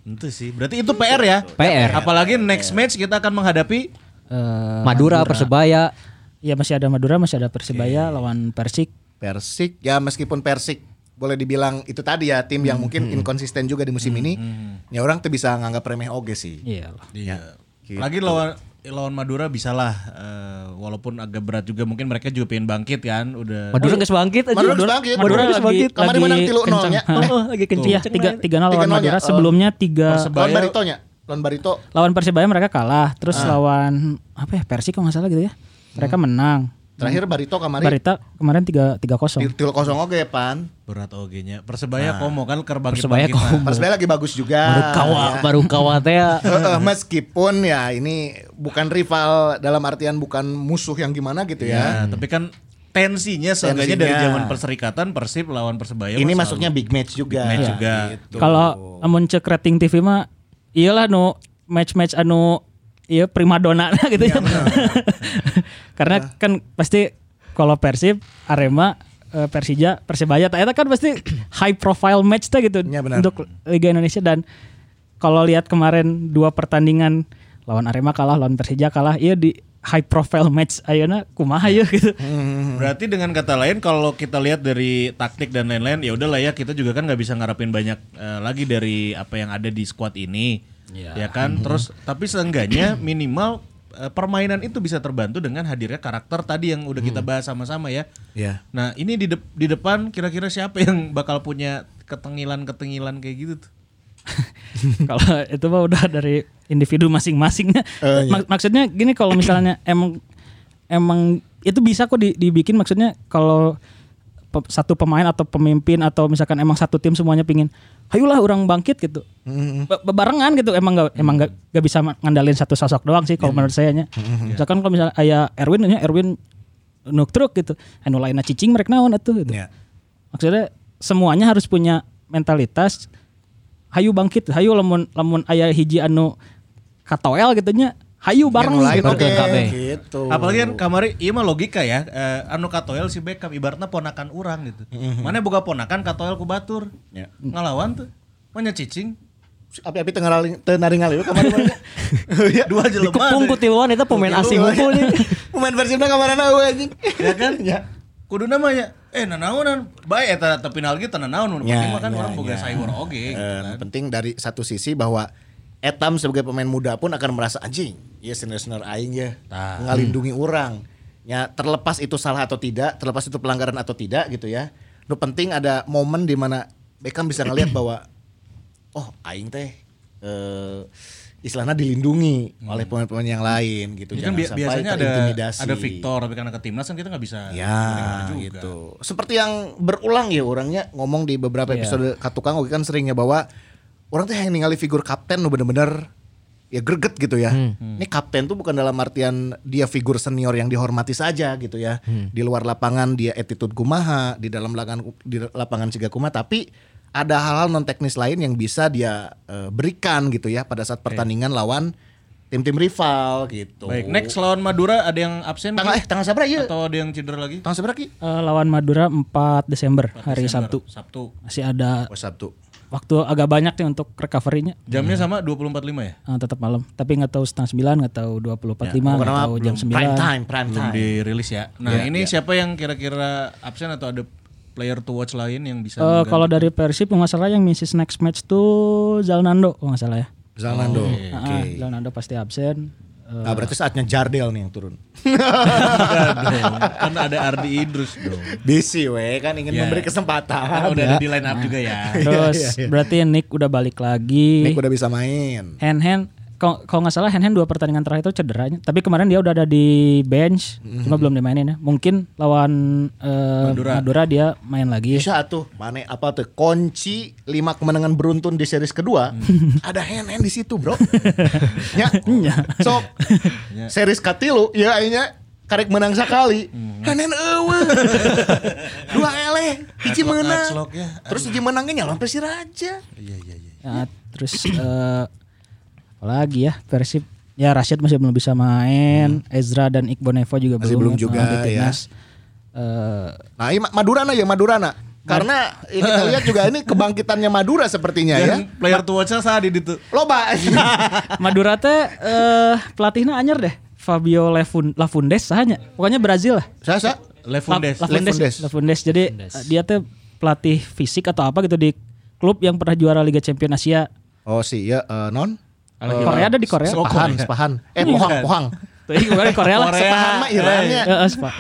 Speaker 2: Itu sih. Berarti itu PR ya.
Speaker 5: PR.
Speaker 2: Apalagi next match kita akan menghadapi
Speaker 4: Eh,
Speaker 5: Madura, Persebaya.
Speaker 4: Ya masih ada Madura, masih ada Persibaya lawan Persik.
Speaker 3: Persik ya meskipun Persik boleh dibilang itu tadi ya tim yang mungkin inkonsisten juga di musim ini. Ya orang tuh bisa nganggap remeh oge sih.
Speaker 4: Iya.
Speaker 2: Iya.
Speaker 3: Ya, gitu.
Speaker 2: Lagi lawan lawan Madura bisalah eh, walaupun agak berat juga mungkin mereka juga pengen bangkit kan udah
Speaker 5: Madura geus bangkit aja.
Speaker 3: Madura geus bangkit.
Speaker 5: Madura geus
Speaker 3: Lagi-
Speaker 5: bangkit.
Speaker 3: Kemarin menang 3-0 nya.
Speaker 5: Heeh, lagi kencang.
Speaker 4: Iya, tiga tiga nol
Speaker 3: Tiga
Speaker 4: lawan
Speaker 3: nol
Speaker 4: Madura.
Speaker 3: ya,
Speaker 4: Sebelumnya tiga
Speaker 2: Persebaya.
Speaker 3: Lawan Barito nya. Lawan Barito
Speaker 4: lawan Persibaya mereka kalah. Terus
Speaker 3: Ah.
Speaker 4: lawan apa ya Persik kalau nggak salah gitu ya. Mereka
Speaker 3: Hmm.
Speaker 4: menang.
Speaker 3: terakhir Barito kemarin
Speaker 4: Barita kemarin tiga tiga kosong.
Speaker 3: tilu kosong oge pan.
Speaker 2: berat OG-nya. Persebaya komo kan kerbangkit
Speaker 5: Persebaya komo.
Speaker 3: Nah, Persebaya lagi bagus juga.
Speaker 5: Baru kawa,
Speaker 3: Ya.
Speaker 5: baru kawa teh. ya.
Speaker 3: Heeh, Meskipun ya ini bukan rival dalam artian bukan musuh yang gimana gitu
Speaker 2: Ya,
Speaker 3: ya.
Speaker 2: tapi kan tensinya seenggaknya dari
Speaker 3: Tensinya.
Speaker 2: zaman Perserikatan Persib lawan Persebaya
Speaker 3: Ini
Speaker 2: mah
Speaker 3: masuknya big match juga.
Speaker 2: match
Speaker 3: Ya.
Speaker 2: juga.
Speaker 3: Gitu.
Speaker 4: Kalau amun cek rating TV mah iyalah nu match-match anu iya primadona gitu
Speaker 3: Iya,
Speaker 4: ya. Karena kan pasti kalau Persib, Arema, eh, Persija, Persibaya, ta eta kan pasti high profile match teh gitu
Speaker 3: Iya, benar.
Speaker 4: untuk Liga Indonesia dan kalau lihat kemarin dua pertandingan lawan Arema kalah, lawan Persija kalah, iya di high profile match ayeuna kumaha ya gitu.
Speaker 3: Iya.
Speaker 2: Berarti dengan kata lain kalau kita lihat dari taktik dan lain-lain ya udahlah ya kita juga kan nggak bisa ngarepin banyak eh, lagi dari apa yang ada di squad ini. Ya kan? Terus tapi seenggaknya minimal eh, permainan itu bisa terbantu dengan hadirnya karakter tadi yang udah kita bahas sama-sama ya.
Speaker 3: Iya.
Speaker 2: Nah, ini di dep- di depan kira-kira siapa yang bakal punya ketengilan-ketengilan kayak gitu tuh?
Speaker 4: kalau itu mah udah dari individu masing-masingnya. Mak- maksudnya gini kalau misalnya emang emang itu bisa kok di- dibikin maksudnya kalau pe- satu pemain atau pemimpin atau misalkan emang satu tim semuanya pingin hayulah orang bangkit gitu Be- bebarengan gitu emang gak emang gak, gak bisa ngandalin satu sosok doang sih kalau menurut saya nya misalkan kalau misalnya aya Erwin nya Erwin nuktruk gitu anu lainnya cicing mereka naon atuh gitu
Speaker 3: Ya.
Speaker 4: maksudnya semuanya harus punya mentalitas hayu bangkit hayu lamun lamun aya hiji anu katoel gitu nya hayu bareng
Speaker 3: Yang lain
Speaker 4: gitu.
Speaker 3: oke
Speaker 5: KB.
Speaker 3: gitu.
Speaker 2: Apalagi kan kamari ieu mah logika ya. Eh, anu Katoel si Beckham ibaratna ponakan urang gitu. Mana boga ponakan Katoel ku batur.
Speaker 3: Mm-hmm. Ya.
Speaker 2: Ngalawan tuh. Mana cicing.
Speaker 3: api-api tengah raling tengah naringal kemarin ya
Speaker 2: Dua jelema.
Speaker 5: Dikepung ku tiluan eta pemain asing unggul nih.
Speaker 3: pemain Persibna kemana na euy anjing
Speaker 2: Ya kan?
Speaker 3: Ya.
Speaker 2: Kudu namanya eh nanaonan bae eta teu final ge teu nanaon mun
Speaker 3: Ya,
Speaker 2: penting mah kan
Speaker 3: ya,
Speaker 2: orang boga
Speaker 3: ya.
Speaker 2: sayur oge. gitu
Speaker 3: Eh,
Speaker 2: kan.
Speaker 3: penting dari satu sisi bahwa Etam sebagai pemain muda pun akan merasa anjing ya senior-senior aing ya ngalindungi orang ya terlepas itu salah atau tidak terlepas itu pelanggaran atau tidak gitu ya lu penting ada momen di mana Beckham bisa ngelihat bahwa oh aing teh eh istilahnya dilindungi oleh pemain-pemain yang lain gitu
Speaker 2: Jadi Hmm. kan
Speaker 3: Jangan
Speaker 2: bi-
Speaker 3: sampai
Speaker 2: biasanya ada
Speaker 3: terintimidasi.
Speaker 2: ada Victor tapi karena ke timnas kan kita nggak bisa mendengar
Speaker 3: Ya
Speaker 2: juga.
Speaker 3: gitu. Seperti yang berulang ya orangnya ngomong di beberapa episode Katukang Oke kan seringnya bahwa orang tuh yang ningali figur kapten nu bener-bener ya greget gitu ya. Ini kapten tuh bukan dalam artian dia figur senior yang dihormati saja gitu ya. Di luar lapangan dia attitude kumaha, di dalam lapangan di lapangan siga kumaha, tapi ada hal-hal non teknis lain yang bisa dia eh, berikan gitu ya pada saat pertandingan lawan tim-tim rival gitu.
Speaker 2: Baik, next lawan Madura ada yang absen
Speaker 3: Tanggal
Speaker 2: Ki?
Speaker 3: eh tanggal sabra ya?
Speaker 2: atau ada yang cedera lagi?
Speaker 3: Tanggal sabra ki?
Speaker 4: Eh, lawan Madura 4 Desember hari Sabtu.
Speaker 2: Sabtu.
Speaker 4: Masih ada
Speaker 3: Oh, Sabtu.
Speaker 4: waktu agak banyak nih untuk recovery-nya.
Speaker 2: Jamnya
Speaker 3: Hmm.
Speaker 2: sama 24.5 ya?
Speaker 4: Eh, tetap malam, tapi nggak tahu setengah sembilan, nggak tahu dua puluh empat lima, nggak
Speaker 3: Karena
Speaker 4: tahu
Speaker 3: belum Ya,
Speaker 4: jam
Speaker 3: prime
Speaker 4: sembilan.
Speaker 3: time, prime
Speaker 2: Belum
Speaker 3: time.
Speaker 2: dirilis ya. Nah, ini siapa yang kira-kira absen atau ada player to watch lain yang bisa
Speaker 3: kan.
Speaker 4: Eh, kalau dari Persib nggak salah yang missis next match tuh Zalnando kalau nggak salah ya.
Speaker 3: Zalando.
Speaker 4: Ah, ah, Zalnando pasti absen. Eh,
Speaker 3: Nah, berarti saatnya Jardel nih yang turun.
Speaker 2: Enggak dong. Kan ada Ardi Idrus dong.
Speaker 3: Busy we kan ingin
Speaker 2: Ya.
Speaker 3: memberi kesempatan.
Speaker 2: Kan udah ada di line up juga ya.
Speaker 3: Iya,
Speaker 4: terus berarti Nick udah balik lagi.
Speaker 3: Nick udah bisa main.
Speaker 4: Hand hand kalau kalau nggak salah hand hand dua pertandingan terakhir itu cederanya. Tapi kemarin dia udah ada di bench,
Speaker 3: Mm-hmm.
Speaker 4: cuma belum dimainin ya. Mungkin lawan eh, Madura. dia main lagi.
Speaker 3: Bisa tuh, mana apa tuh kunci lima kemenangan beruntun di series kedua ada hand hand di situ bro. ya, sok series katilu ya akhirnya karek menang sekali. Hand hand ewe. Dua ele,
Speaker 2: Atlock-
Speaker 3: hiji menang.
Speaker 2: atlock ya.
Speaker 3: Terus hiji menangnya nyalon si Raja.
Speaker 4: Ya, terus eh, apa lagi ya Persib ya Rashid masih belum bisa main, Ezra dan Iqbal Nevo juga
Speaker 3: Mm. Masih belum
Speaker 4: belum,
Speaker 3: juga,
Speaker 4: eh, di
Speaker 3: ya.
Speaker 4: timnas. Eh,
Speaker 3: Nah, ini Ma- Madurana ya Madurana. Karena ini kita lihat juga ini kebangkitannya Madura sepertinya ya.
Speaker 2: Dan player to watch-nya Sadi itu.
Speaker 3: Loba.
Speaker 4: Madura teh eh, pelatihnya anyar deh. Fabio Lefun, Lafundes sahanya. Pokoknya Brazil lah.
Speaker 3: Sasa
Speaker 2: Levondes.
Speaker 4: La- Lafundes,
Speaker 3: Lafundes.
Speaker 4: Lafundes. Jadi eh, dia teh pelatih fisik atau apa gitu di klub yang pernah juara Liga Champion Asia.
Speaker 3: Oh si ya eh, non.
Speaker 4: Korea ada di Korea.
Speaker 2: Sok-
Speaker 3: Pahan, sepahan. Eh
Speaker 4: Iya.
Speaker 3: pohang, pohang.
Speaker 4: Tuh, iya, kemarin Korea lah.
Speaker 2: Korea.
Speaker 3: Sepahan mah Irannya.
Speaker 4: Eh, eh, sepa-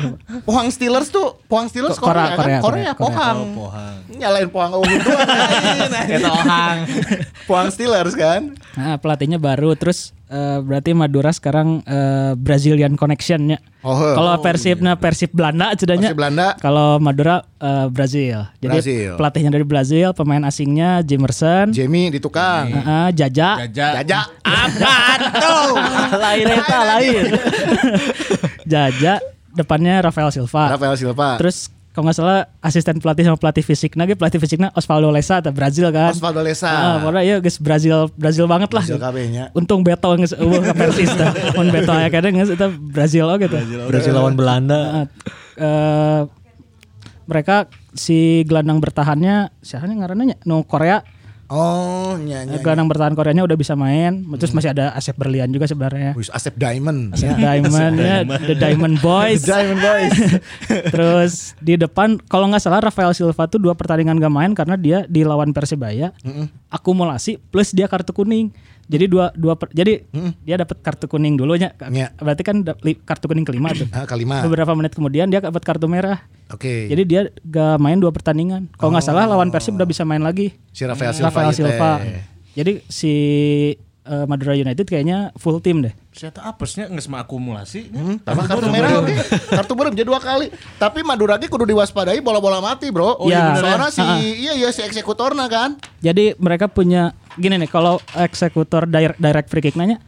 Speaker 3: Pohang Steelers tuh, Pohang Steelers
Speaker 4: Ko-
Speaker 3: Korea,
Speaker 4: Korea,
Speaker 3: kan?
Speaker 4: Korea,
Speaker 3: Korea,
Speaker 4: Korea,
Speaker 3: Pohang.
Speaker 2: Oh, Pohang.
Speaker 3: Nyalain Pohang Ungu doang.
Speaker 2: Eta Ohang.
Speaker 3: Pohang Steelers kan.
Speaker 4: Nah, pelatihnya baru terus eh, berarti Madura sekarang eh, Brazilian connection-nya.
Speaker 3: Oh, he.
Speaker 4: Kalau Persibnya Persib Belanda cedanya.
Speaker 3: Persib Belanda.
Speaker 4: Kalau Madura eh, Brazil. Jadi
Speaker 3: Brazil.
Speaker 4: pelatihnya dari Brazil, pemain asingnya Jimerson,
Speaker 3: Jamie di tukang.
Speaker 4: eh, Jaja,
Speaker 2: Jaja.
Speaker 3: Jaja. Apa tuh?
Speaker 4: lain eta lain. Jaja depannya Rafael Silva.
Speaker 3: Rafael Silva.
Speaker 4: Terus kalau nggak salah asisten pelatih sama pelatih fisiknya ge pelatih fisiknya Osvaldo Lessa atau Brazil kan.
Speaker 3: Osvaldo Lessa.
Speaker 4: Ah, pokoknya ya guys Brazil Brazil banget lah.
Speaker 3: Brazil kabeh nya.
Speaker 4: Untung Beto geus eueuh ka Persis teh. Mun Beto aya kadang geus eta Brazil oge teh.
Speaker 3: oh,
Speaker 5: Brazil lawan Belanda.
Speaker 4: Ah, eh, mereka si gelandang bertahannya siapa ngarannya nya? no Korea
Speaker 3: Oh, nyanyi. Hmm.
Speaker 4: gelandang bertahan Koreanya udah bisa main terus masih ada Asep Berlian juga sebenarnya
Speaker 3: Wih, Asep Diamond.
Speaker 4: Asep Diamond ya, The Diamond Boys
Speaker 3: Diamond Boys.
Speaker 4: Terus di depan kalau nggak salah Rafael Silva tuh dua pertandingan gak main karena dia dilawan Persebaya akumulasi plus dia kartu kuning. Jadi dua dua per- jadi dia dapat kartu kuning dulunya.
Speaker 3: Iya.
Speaker 4: Berarti kan dap- li- kartu kuning kelima tuh.
Speaker 3: Ah, kelima. Oke.
Speaker 4: Beberapa menit kemudian dia dapat kartu merah. Jadi dia gak main dua pertandingan. Kalau nggak salah lawan Persib udah bisa main lagi.
Speaker 3: Si Oh. Rafael Silva. ya.
Speaker 4: Rafael
Speaker 3: ieu
Speaker 4: Silva.
Speaker 3: teh.
Speaker 4: Jadi si eh, Madura United kayaknya full tim deh.
Speaker 2: Siapa apesnya nggak sama akumulasi?
Speaker 3: Tambah kartu merah oke. Kartu berem jadi dua kali. Tapi Madura ge kudu diwaspadai bola-bola mati, Bro.
Speaker 4: Oh, iya,
Speaker 3: Soalnya
Speaker 4: bener.
Speaker 3: si
Speaker 4: Ah, ah.
Speaker 3: iya iya si eksekutorna kan.
Speaker 4: Jadi mereka punya gini nih kalau eksekutor direct, direct free kick nanya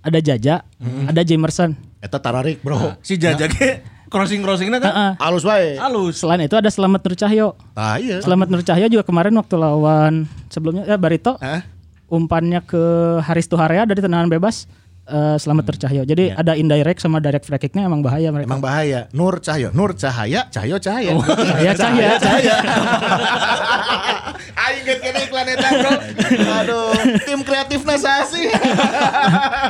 Speaker 4: ada Jaja, ada Jamerson.
Speaker 3: Eta tararik, Bro.
Speaker 4: Ah.
Speaker 2: Si Jaja ge crossing-crossingnya kan
Speaker 4: Heeh.
Speaker 3: Alus wae.
Speaker 2: halus.
Speaker 4: Selain itu ada Selamat Nur Cahyo.
Speaker 3: Nah, iya.
Speaker 4: Selamat Nur Cahyo juga kemarin waktu lawan sebelumnya eh Barito
Speaker 3: Hah?
Speaker 4: umpannya ke Haris Tuharia dari tendangan bebas eh, Selamat
Speaker 3: Mm.
Speaker 4: Nur Cahyo. Jadi
Speaker 3: Ya.
Speaker 4: ada indirect sama direct free kicknya emang bahaya mereka. Oh,
Speaker 3: Emang bahaya. Nur Cahyo, Nur Cahaya, Cahyo Cahaya.
Speaker 4: Cahaya, Cahaya.
Speaker 3: Ayo inget kena iklan eta, Bro. Aduh, tim kreatifnya sasi.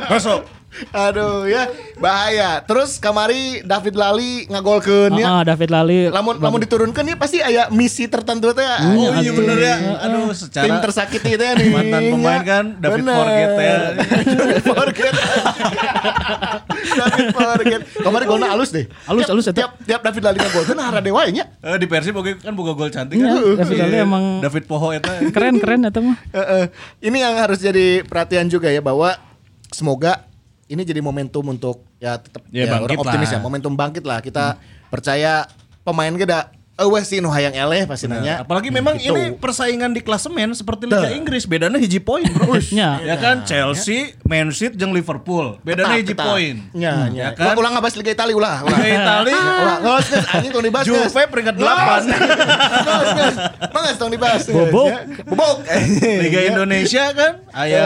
Speaker 2: Masuk.
Speaker 3: Aduh ya, bahaya. Terus kamari David Lali ngagolkeun ya.
Speaker 4: Ah, ah, David Lali.
Speaker 3: Lamun lamun diturunkan ya pasti aya misi tertentu teh. ah,
Speaker 2: Oh iya bener ya. Aduh secara
Speaker 3: tim tersakiti teh nih.
Speaker 2: mantan pemain kan David
Speaker 3: Bener.
Speaker 2: Forget ya.
Speaker 3: David Forget. David Forget. Kemarin golnya halus deh.
Speaker 4: Halus, halus, eta.
Speaker 3: Tiap tiap David Lali ngagol kan hara dewa nya.
Speaker 2: Eh, di Persib oke kan buka gol cantik
Speaker 4: Iya,
Speaker 2: kan.
Speaker 4: David Alli
Speaker 2: Iya.
Speaker 4: emang-
Speaker 2: David Poho eta.
Speaker 4: keren keren atau mah.
Speaker 3: Heeh. Eh, ini yang harus jadi perhatian juga ya bahwa semoga ini jadi momentum untuk ya tetap
Speaker 2: Ya, bangkit
Speaker 3: orang optimis
Speaker 2: lah. Hmm.
Speaker 3: ya momentum bangkit lah kita percaya pemain kita Eh weh sih nu hayang eleh pasti nanya.
Speaker 2: Ya,
Speaker 4: Nah,
Speaker 2: Apalagi memang
Speaker 3: Gitu.
Speaker 2: ini persaingan di klasemen seperti Liga Inggris bedanya hiji poin bro.
Speaker 4: Ya.
Speaker 2: ya kan Chelsea, Man City jeung Liverpool. Bedanya hiji
Speaker 3: Eta.
Speaker 2: poin.
Speaker 3: Nya,
Speaker 2: Ya
Speaker 3: nya.
Speaker 2: kan?
Speaker 3: Ulah, Ulah ngebahas Liga Itali ulah. ulah.
Speaker 2: Liga Itali.
Speaker 3: Ulah, ngeus geus anjing tong dibahas. geus.
Speaker 2: Juve peringkat
Speaker 3: Ngeus,
Speaker 2: 8.
Speaker 3: Ngeus geus. Ngeus tong dibahas. geus,
Speaker 4: Bobok.
Speaker 3: ya. Bobok.
Speaker 2: Liga Indonesia kan aya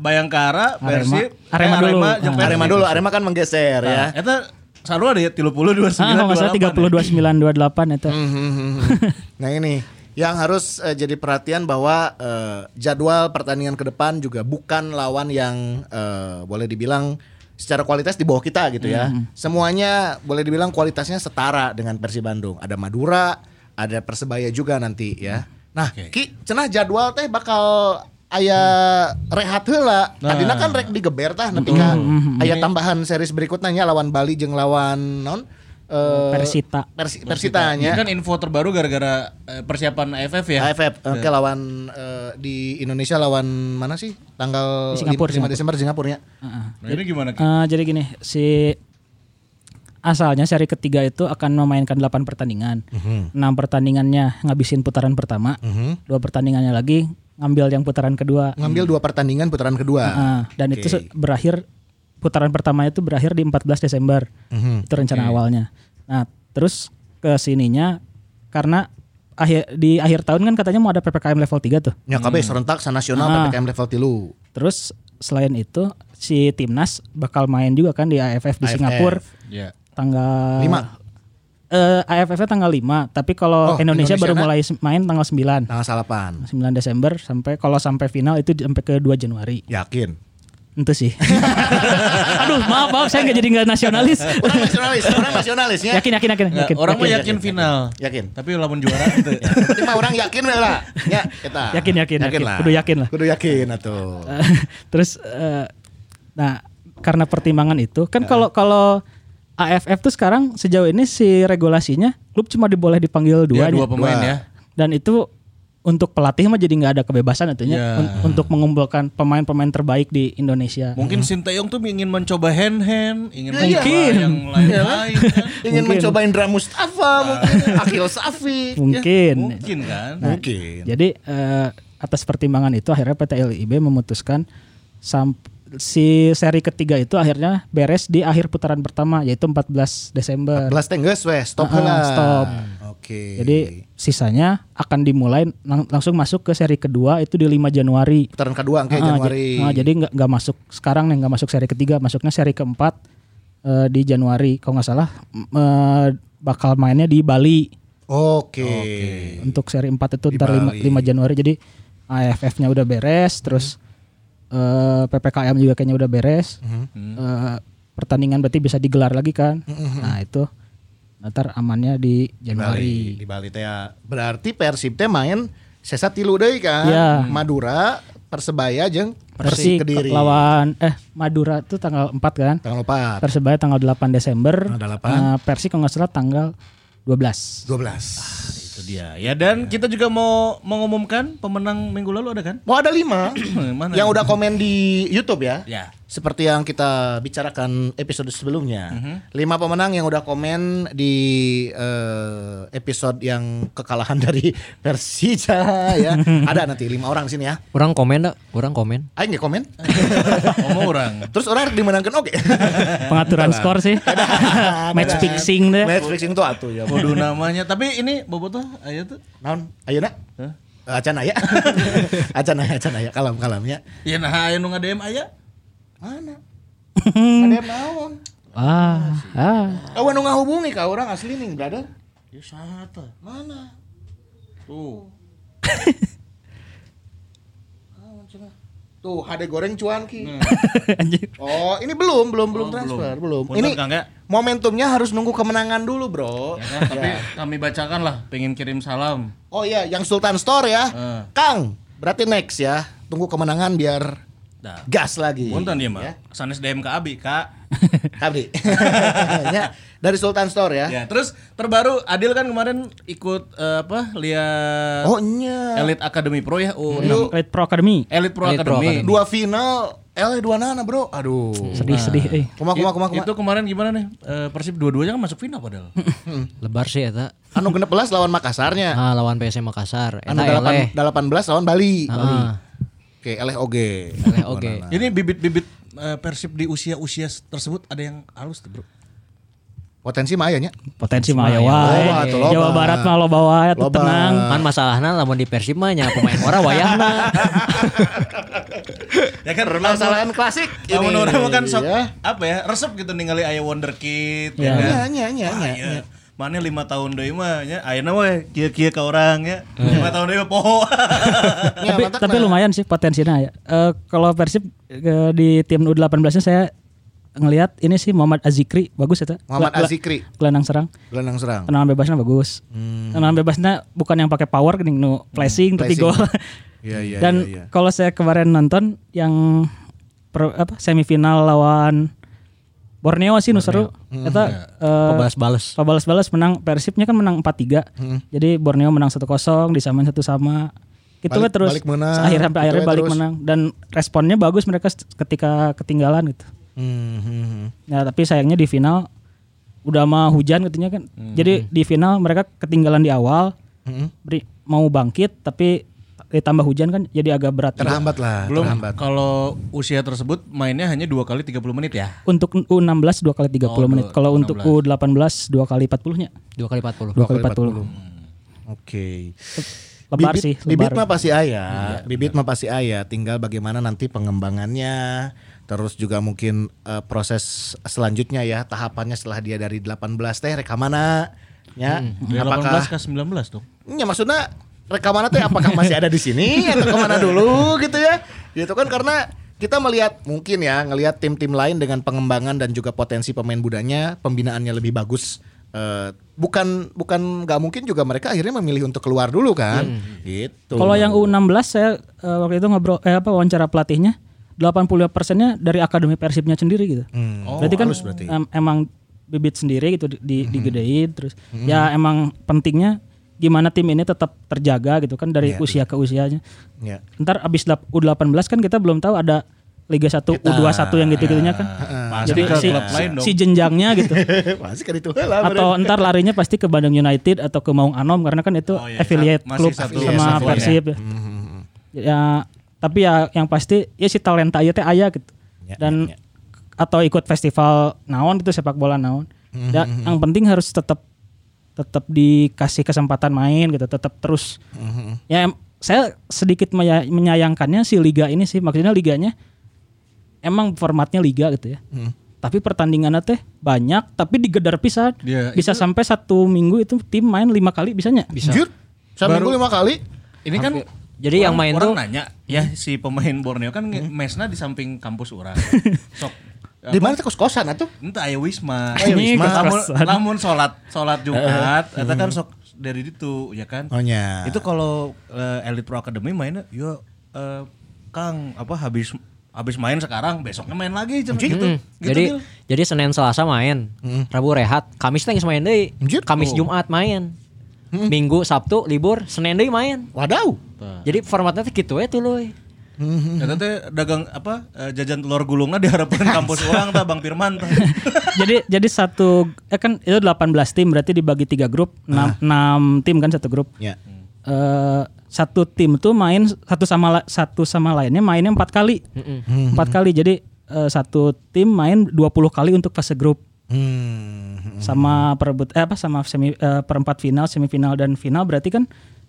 Speaker 2: Bayangkara,
Speaker 4: Arema.
Speaker 2: Persib, eh,
Speaker 4: Arema dulu.
Speaker 2: jeung
Speaker 4: Ah.
Speaker 3: Arema
Speaker 2: Persib.
Speaker 3: dulu, Arema kan menggeser
Speaker 2: Nah,
Speaker 3: ya.
Speaker 2: Eta ya, sarua deh 30 29
Speaker 4: Ah, kalau nggak salah
Speaker 2: 28.
Speaker 4: 32 9 28 itu.
Speaker 3: Mm. Nah ini yang harus eh, jadi perhatian bahwa eh, jadwal pertandingan ke depan juga bukan lawan yang eh, boleh dibilang secara kualitas di bawah kita gitu ya. Semuanya boleh dibilang kualitasnya setara dengan Persib Bandung. Ada Madura, ada Persebaya juga nanti ya. Nah, Ki, cenah jadwal teh bakal ayah rehat heula. Tadina kan rek digeber tah nepi ka aya tambahan series berikutnya nya lawan Bali jeung lawan non eh,
Speaker 4: Persita.
Speaker 3: Persi- Persita
Speaker 2: Ini
Speaker 3: nya.
Speaker 2: kan info terbaru gara-gara eh, persiapan AFF ya.
Speaker 3: AFF Ah, oke lawan eh, di Indonesia lawan mana sih tanggal
Speaker 4: Di Singapura,
Speaker 3: 5 Desember Singapura ya
Speaker 2: Nah, ini gimana? Ki?
Speaker 4: Eh, jadi gini, si asalnya seri ketiga itu akan memainkan 8 pertandingan. enam 6 pertandingannya ngabisin putaran pertama, dua pertandingannya lagi ngambil yang putaran kedua.
Speaker 3: ngambil dua pertandingan putaran kedua
Speaker 4: Ah, dan itu se- berakhir putaran pertama itu berakhir di 14 Desember. Itu rencana awalnya. Nah, terus ke sininya karena akhir di akhir tahun kan katanya mau ada PPKM level 3 tuh.
Speaker 3: ya KB serentak sanasional
Speaker 4: Hmm. Ah.
Speaker 3: PPKM level tilu
Speaker 4: Terus selain itu si timnas bakal main juga kan di AFF di
Speaker 3: AFF.
Speaker 4: Singapura
Speaker 2: Ya.
Speaker 4: tanggal
Speaker 3: iya. Lima.
Speaker 4: Eh, AFF-nya tanggal 5, tapi
Speaker 3: Oh,
Speaker 4: kalau Indonesia,
Speaker 3: Indonesia,
Speaker 4: baru
Speaker 3: kan?
Speaker 4: mulai se- main tanggal 9.
Speaker 3: tanggal salapan
Speaker 4: 9 Desember sampai kalau sampai final itu di- sampai ke 2 Januari.
Speaker 3: yakin
Speaker 4: Itu sih. Aduh, maaf maaf saya nggak jadi nggak nasionalis.
Speaker 3: orang nasionalis orang nasionalis ya
Speaker 4: yakin yakin yakin
Speaker 2: Nggak,
Speaker 4: yakin.
Speaker 2: orang mah
Speaker 4: yakin.
Speaker 2: yakin final.
Speaker 3: Yakin.
Speaker 2: Tapi lamun juara gitu. itu.
Speaker 3: Tapi mah orang yakin we lah ya kita
Speaker 4: Yakin, yakin, yakin.
Speaker 3: lah
Speaker 4: Kudu yakin lah. Ah.
Speaker 3: kudu yakin atuh
Speaker 4: Terus eh, nah karena pertimbangan itu
Speaker 2: Ya.
Speaker 4: kan kalau kalau AFF tuh sekarang sejauh ini si regulasinya klub cuma diboleh dipanggil
Speaker 2: Dia
Speaker 4: dua,
Speaker 2: dua
Speaker 4: nih.
Speaker 2: pemain ya.
Speaker 4: dan itu untuk pelatih mah jadi nggak ada kebebasan atunya
Speaker 2: Ya.
Speaker 4: Un- untuk mengumpulkan pemain-pemain terbaik di Indonesia.
Speaker 2: Mungkin
Speaker 3: Mm-hmm.
Speaker 2: Sinteyong tuh ingin mencoba hand hand, ingin
Speaker 4: Iya.
Speaker 2: mencoba
Speaker 4: Mungkin.
Speaker 2: yang lain-lain kan.
Speaker 3: ingin
Speaker 4: Mungkin.
Speaker 3: mencoba Indra Mustafa mungkin Akil Safi
Speaker 4: Mungkin.
Speaker 2: ya,
Speaker 4: Nah,
Speaker 2: Mungkin kan.
Speaker 3: Nah, mungkin
Speaker 4: Jadi eh, atas pertimbangan itu akhirnya PT LIB memutuskan sam- si seri ketiga itu akhirnya beres di akhir putaran pertama yaitu 14 Desember.
Speaker 3: belas tengges weh stop
Speaker 4: Ah,
Speaker 3: heula
Speaker 4: stop.
Speaker 3: oke
Speaker 4: Jadi sisanya akan dimulai lang- langsung masuk ke seri kedua itu di 5 Januari.
Speaker 3: putaran kedua angke
Speaker 4: Ah, ja-
Speaker 3: Januari
Speaker 4: ah, jadi nggak nggak masuk sekarang nih nggak masuk seri ketiga, masuknya seri keempat eh, di Januari kalau nggak salah m- eh, bakal mainnya di Bali.
Speaker 3: Oke.
Speaker 4: untuk seri 4 itu ntar 5, Januari jadi AFF-nya udah beres terus eh, PPKM juga kayaknya udah beres
Speaker 3: Mm-hmm.
Speaker 4: Eh, pertandingan berarti bisa digelar lagi kan nah itu Nah, ntar amannya di
Speaker 3: Bali
Speaker 4: Januari
Speaker 3: Mm-hmm. di Bali teh ya. berarti Persib teh main sesa tilu deui kan
Speaker 4: Iya.
Speaker 3: Madura Persebaya jeung Persik
Speaker 4: Persik
Speaker 3: Kediri
Speaker 4: lawan eh Madura tuh tanggal 4 kan
Speaker 3: tanggal 4
Speaker 4: Persebaya tanggal 8 Desember
Speaker 3: Tanggal 8.
Speaker 4: Eh, Persik kalau nggak salah tanggal 12
Speaker 3: 12
Speaker 2: Itu dia. Ya
Speaker 3: Iya.
Speaker 2: dan kita juga mau mengumumkan pemenang minggu lalu ada kan?
Speaker 3: mau ada 5
Speaker 2: Mana?
Speaker 3: yang udah komen di YouTube ya
Speaker 2: Ya.
Speaker 3: seperti yang kita bicarakan episode sebelumnya lima pemenang yang udah komen di eh, episode yang kekalahan dari Persija ya ada nanti lima orang di sini ya
Speaker 5: Orang komen dah, orang komen.
Speaker 3: Ayo nggak komen
Speaker 2: Ngomong orang.
Speaker 3: terus orang dimenangkan oke
Speaker 4: pengaturan skor sih match fixing deh
Speaker 3: match fixing tuh atuh ya
Speaker 2: Kudu namanya. Tapi ini Bobotoh ayo tuh.
Speaker 3: Naon? Ayeuna? Hah? Acan aya. acan aya, acan aya. Kalam kalamnya.
Speaker 2: Ya nah aya nu ngadem aya.
Speaker 3: Mana? Ada yang naon?
Speaker 4: ah, ah.
Speaker 3: Awan Eh, nu ngahubungi ka urang asli nih, brother.
Speaker 2: Ya sata.
Speaker 3: Mana?
Speaker 2: Tuh.
Speaker 3: Tuh, hade goreng cuan ki.
Speaker 4: Anjir.
Speaker 3: Oh, ini belum, belum,
Speaker 2: Nah.
Speaker 3: belum
Speaker 2: Oh,
Speaker 3: transfer, belum.
Speaker 2: belum. Punten,
Speaker 3: Ini
Speaker 2: Kang, ya?
Speaker 3: momentumnya harus nunggu kemenangan dulu, bro.
Speaker 2: Ya kan? Tapi
Speaker 3: Iya.
Speaker 2: kami bacakan lah, pengen kirim salam.
Speaker 3: Oh iya, yang Sultan Store ya,
Speaker 2: Eh.
Speaker 3: Kang. Berarti next ya, tunggu kemenangan biar
Speaker 2: Dah.
Speaker 3: gas lagi.
Speaker 2: Punten dia mah.
Speaker 3: Ya,
Speaker 2: Sanes DM ke Abi, Kak.
Speaker 3: Abdi. Ya, dari Sultan Store ya.
Speaker 2: Ya, terus terbaru Adil kan kemarin ikut eh, apa? Lihat
Speaker 3: Oh, Iya. nya.
Speaker 2: Elite Academy Pro ya U6.
Speaker 4: Elite Pro Academy
Speaker 2: Elite Pro
Speaker 3: Eh.
Speaker 5: Elite Pro
Speaker 2: Academy.
Speaker 5: Academy.
Speaker 3: dua final L E dua nana bro. Aduh.
Speaker 4: Sedih-sedih euy.
Speaker 3: Kumaha kumaha kumaha kumaha.
Speaker 2: Itu kemarin gimana nih? Eh, Persib dua-duanya kan masuk final padahal.
Speaker 5: Lebar sih eta.
Speaker 3: Anu 16 lawan Makassarnya.
Speaker 5: Ah, lawan PSM Makassar.
Speaker 3: Ya.
Speaker 2: Ah,
Speaker 3: Anu
Speaker 2: E
Speaker 5: Eta eleh. Eh,
Speaker 3: 8 18 lawan Bali.
Speaker 5: Ah.
Speaker 3: Oke, E eleh oge.
Speaker 2: E
Speaker 5: Eleh oge.
Speaker 2: Ini bibit-bibit eh, Persib di usia-usia tersebut ada yang halus tuh, Bro.
Speaker 3: Potensi mah aya nya.
Speaker 4: Potensi mah aya
Speaker 3: Loba
Speaker 4: wae.
Speaker 3: atuh, loba.
Speaker 4: Jawa Barat mah loba wae atuh
Speaker 3: Loba.
Speaker 4: tenang.
Speaker 5: Kan masalahnya lamun di Persib mah nya pemain orang wayahna.
Speaker 2: Ya kan
Speaker 3: Permasalahan klasik.
Speaker 2: Lamun orang mah kan sok
Speaker 3: Iya.
Speaker 2: apa ya? Resep gitu ningali aya Wonder Kid ya,
Speaker 4: Ya.
Speaker 2: kan.
Speaker 3: Nya nya nya
Speaker 2: Ah,
Speaker 3: nya.
Speaker 2: iya. Mana lima tahun deui mah ya. nya ayeuna we kieu-kieu ka urang ya. Lima tahun deui mah poho.
Speaker 3: Nya,
Speaker 4: tapi
Speaker 3: mantak
Speaker 4: tapi
Speaker 3: nah.
Speaker 4: lumayan sih potensinya ya. Eh, kalau Persib eh, di tim U18-nya saya ngelihat ini sih Muhammad Azikri bagus ya.
Speaker 3: Muhammad Azikri.
Speaker 4: Gelandang serang.
Speaker 3: Gelandang serang.
Speaker 4: Tendangan bebasnya bagus.
Speaker 3: Hmm.
Speaker 4: Tendangan bebasnya bukan yang pakai power gini nu flashing tapi
Speaker 3: Flashing.
Speaker 4: gol.
Speaker 3: Iya Hmm. iya
Speaker 4: Dan
Speaker 3: iya, iya.
Speaker 4: kalau saya kemarin nonton yang per- apa semifinal lawan Borneo sih nu seru.
Speaker 3: Hmm.
Speaker 4: Eta
Speaker 3: Iya.
Speaker 4: eh,
Speaker 5: Balas-balas.
Speaker 4: Pabales-balas menang Persibnya kan menang 4-3.
Speaker 3: Hmm.
Speaker 4: Jadi Borneo menang 1-0, disamain satu sama. Gitu
Speaker 3: Balik-
Speaker 4: we terus.
Speaker 3: balik menang,
Speaker 4: Akhirnya sampai
Speaker 3: gitu
Speaker 4: akhirnya
Speaker 3: we
Speaker 4: balik
Speaker 3: terus.
Speaker 4: menang dan responnya bagus mereka s- ketika ketinggalan gitu.
Speaker 3: Hmm, hmm, hmm.
Speaker 4: Ya tapi sayangnya di final udah mah hujan katanya kan. Jadi di final mereka ketinggalan di awal.
Speaker 3: Hmm.
Speaker 4: beri- Mau bangkit tapi ditambah hujan kan jadi agak berat.
Speaker 3: Terhambat lah,
Speaker 2: Belum
Speaker 3: terhambat.
Speaker 2: kalau usia tersebut mainnya hanya dua kali 30 menit ya.
Speaker 4: Untuk U16 2 kali 30
Speaker 2: Oh,
Speaker 4: menit.
Speaker 2: dua-
Speaker 4: Kalau untuk U18 2 kali 40-nya.
Speaker 5: 2 kali 40.
Speaker 4: 2 kali 40.
Speaker 3: Oke.
Speaker 4: Lebar
Speaker 3: bibit,
Speaker 4: sih,
Speaker 3: Bibit mah
Speaker 4: lebar.
Speaker 3: pasti ayah, bibit mah pasti ayah. Tinggal bagaimana nanti pengembangannya, terus juga mungkin eh, proses selanjutnya ya, tahapannya setelah dia dari 18 teh rekamana, ya.
Speaker 2: Dari 18
Speaker 3: Apakah?
Speaker 2: ke 19 dong.
Speaker 3: Ya maksudnya rekamana teh apakah masih ada di sini atau kemana dulu gitu ya? Gitu kan karena kita melihat mungkin ya ngelihat tim-tim lain dengan pengembangan dan juga potensi pemain budanya pembinaannya lebih bagus. Eh, bukan bukan nggak mungkin juga mereka akhirnya memilih untuk keluar dulu kan gitu
Speaker 4: Hmm. Kalau yang U16 saya eh, waktu itu ngobrol eh apa wawancara pelatihnya 85 persennya dari akademi persibnya sendiri gitu.
Speaker 3: Hmm.
Speaker 2: Oh,
Speaker 4: berarti kan em- emang bibit sendiri gitu di- di,
Speaker 2: Hmm.
Speaker 4: digedein terus ya emang pentingnya gimana tim ini tetap terjaga gitu kan
Speaker 2: Iya,
Speaker 4: dari usia ke usianya.
Speaker 3: Ya.
Speaker 4: Ntar abis lap- U18 kan kita belum tahu ada Liga 1 U21 yang gitu-gitunya
Speaker 2: Ah,
Speaker 4: kan.
Speaker 2: Pasti
Speaker 4: Jadi
Speaker 2: ke
Speaker 4: si,
Speaker 2: klub lain dong.
Speaker 4: si jenjangnya gitu.
Speaker 3: Masih kan itu lah.
Speaker 4: atau ntar larinya pasti ke Bandung United atau ke Maung Anom karena kan itu
Speaker 2: Oh, iya.
Speaker 4: affiliate
Speaker 2: Masih
Speaker 4: klub
Speaker 2: satu-
Speaker 4: sama
Speaker 2: satu Hmm.
Speaker 4: Persib ya. Ya, tapi ya yang pasti ya si talenta ieu teh aya gitu.
Speaker 3: Ya,
Speaker 4: Dan
Speaker 3: ya, ya.
Speaker 4: atau ikut festival naon gitu sepak bola naon.
Speaker 3: Mhm,
Speaker 4: Ya, yang penting harus tetap tetap dikasih kesempatan main gitu, tetap terus.
Speaker 3: Mhm.
Speaker 4: Ya em- saya sedikit menya- menyayangkannya si liga ini sih, maksudnya liganya emang formatnya liga gitu ya.
Speaker 3: Mhm.
Speaker 4: Tapi pertandingannya teh banyak, tapi digedar pisan.
Speaker 2: Ya,
Speaker 4: bisa sampai satu minggu itu tim main lima kali bisanya.
Speaker 5: Bisa.
Speaker 3: Jujur, seminggu lima kali.
Speaker 2: Ini kan
Speaker 5: Jadi yang main
Speaker 2: orang
Speaker 5: tuh-
Speaker 2: nanya, ya si pemain Borneo kan nge- mesna di samping kampus orang. Sok eh,
Speaker 3: Di mana kos kosan atuh?
Speaker 2: Entah aya Wisma.
Speaker 4: Aya Wisma.
Speaker 2: Lamun,
Speaker 4: Kerasan.
Speaker 2: lamun sholat, sholat Jumat, eta
Speaker 5: Hmm.
Speaker 2: kan sok dari itu, ya kan?
Speaker 3: Oh, nya.
Speaker 2: Itu kalau eh, Elite Pro Academy mainnya, yo eh, Kang, apa habis habis main sekarang, besoknya main lagi, cuman gitu.
Speaker 5: Hmm,
Speaker 2: Gitu, Hmm.
Speaker 5: jadi
Speaker 2: Dil.
Speaker 5: jadi Senin Selasa main, Rabu rehat, Kamis teh geus main deui.
Speaker 3: Anjir.
Speaker 5: Kamis Jumat main.
Speaker 2: Hmm.
Speaker 5: Minggu Sabtu libur, Senin deui main.
Speaker 3: Wadaw.
Speaker 5: Jadi formatnya teh kitu we tuh loy.
Speaker 2: Eta teh dagang apa eh, jajan telur gulungnya diharapkan kampus orang tah Bang Firman tah.
Speaker 4: jadi jadi satu eh kan itu 18 tim berarti dibagi tiga grup, 6 tim kan satu grup.
Speaker 3: Ya.
Speaker 4: eh satu tim tuh main satu sama la- satu sama lainnya mainnya empat kali empat kali jadi eh, satu tim main 20 kali untuk fase grup
Speaker 3: Hmm.
Speaker 4: sama perebut eh apa sama semi eh, perempat final semifinal dan final berarti kan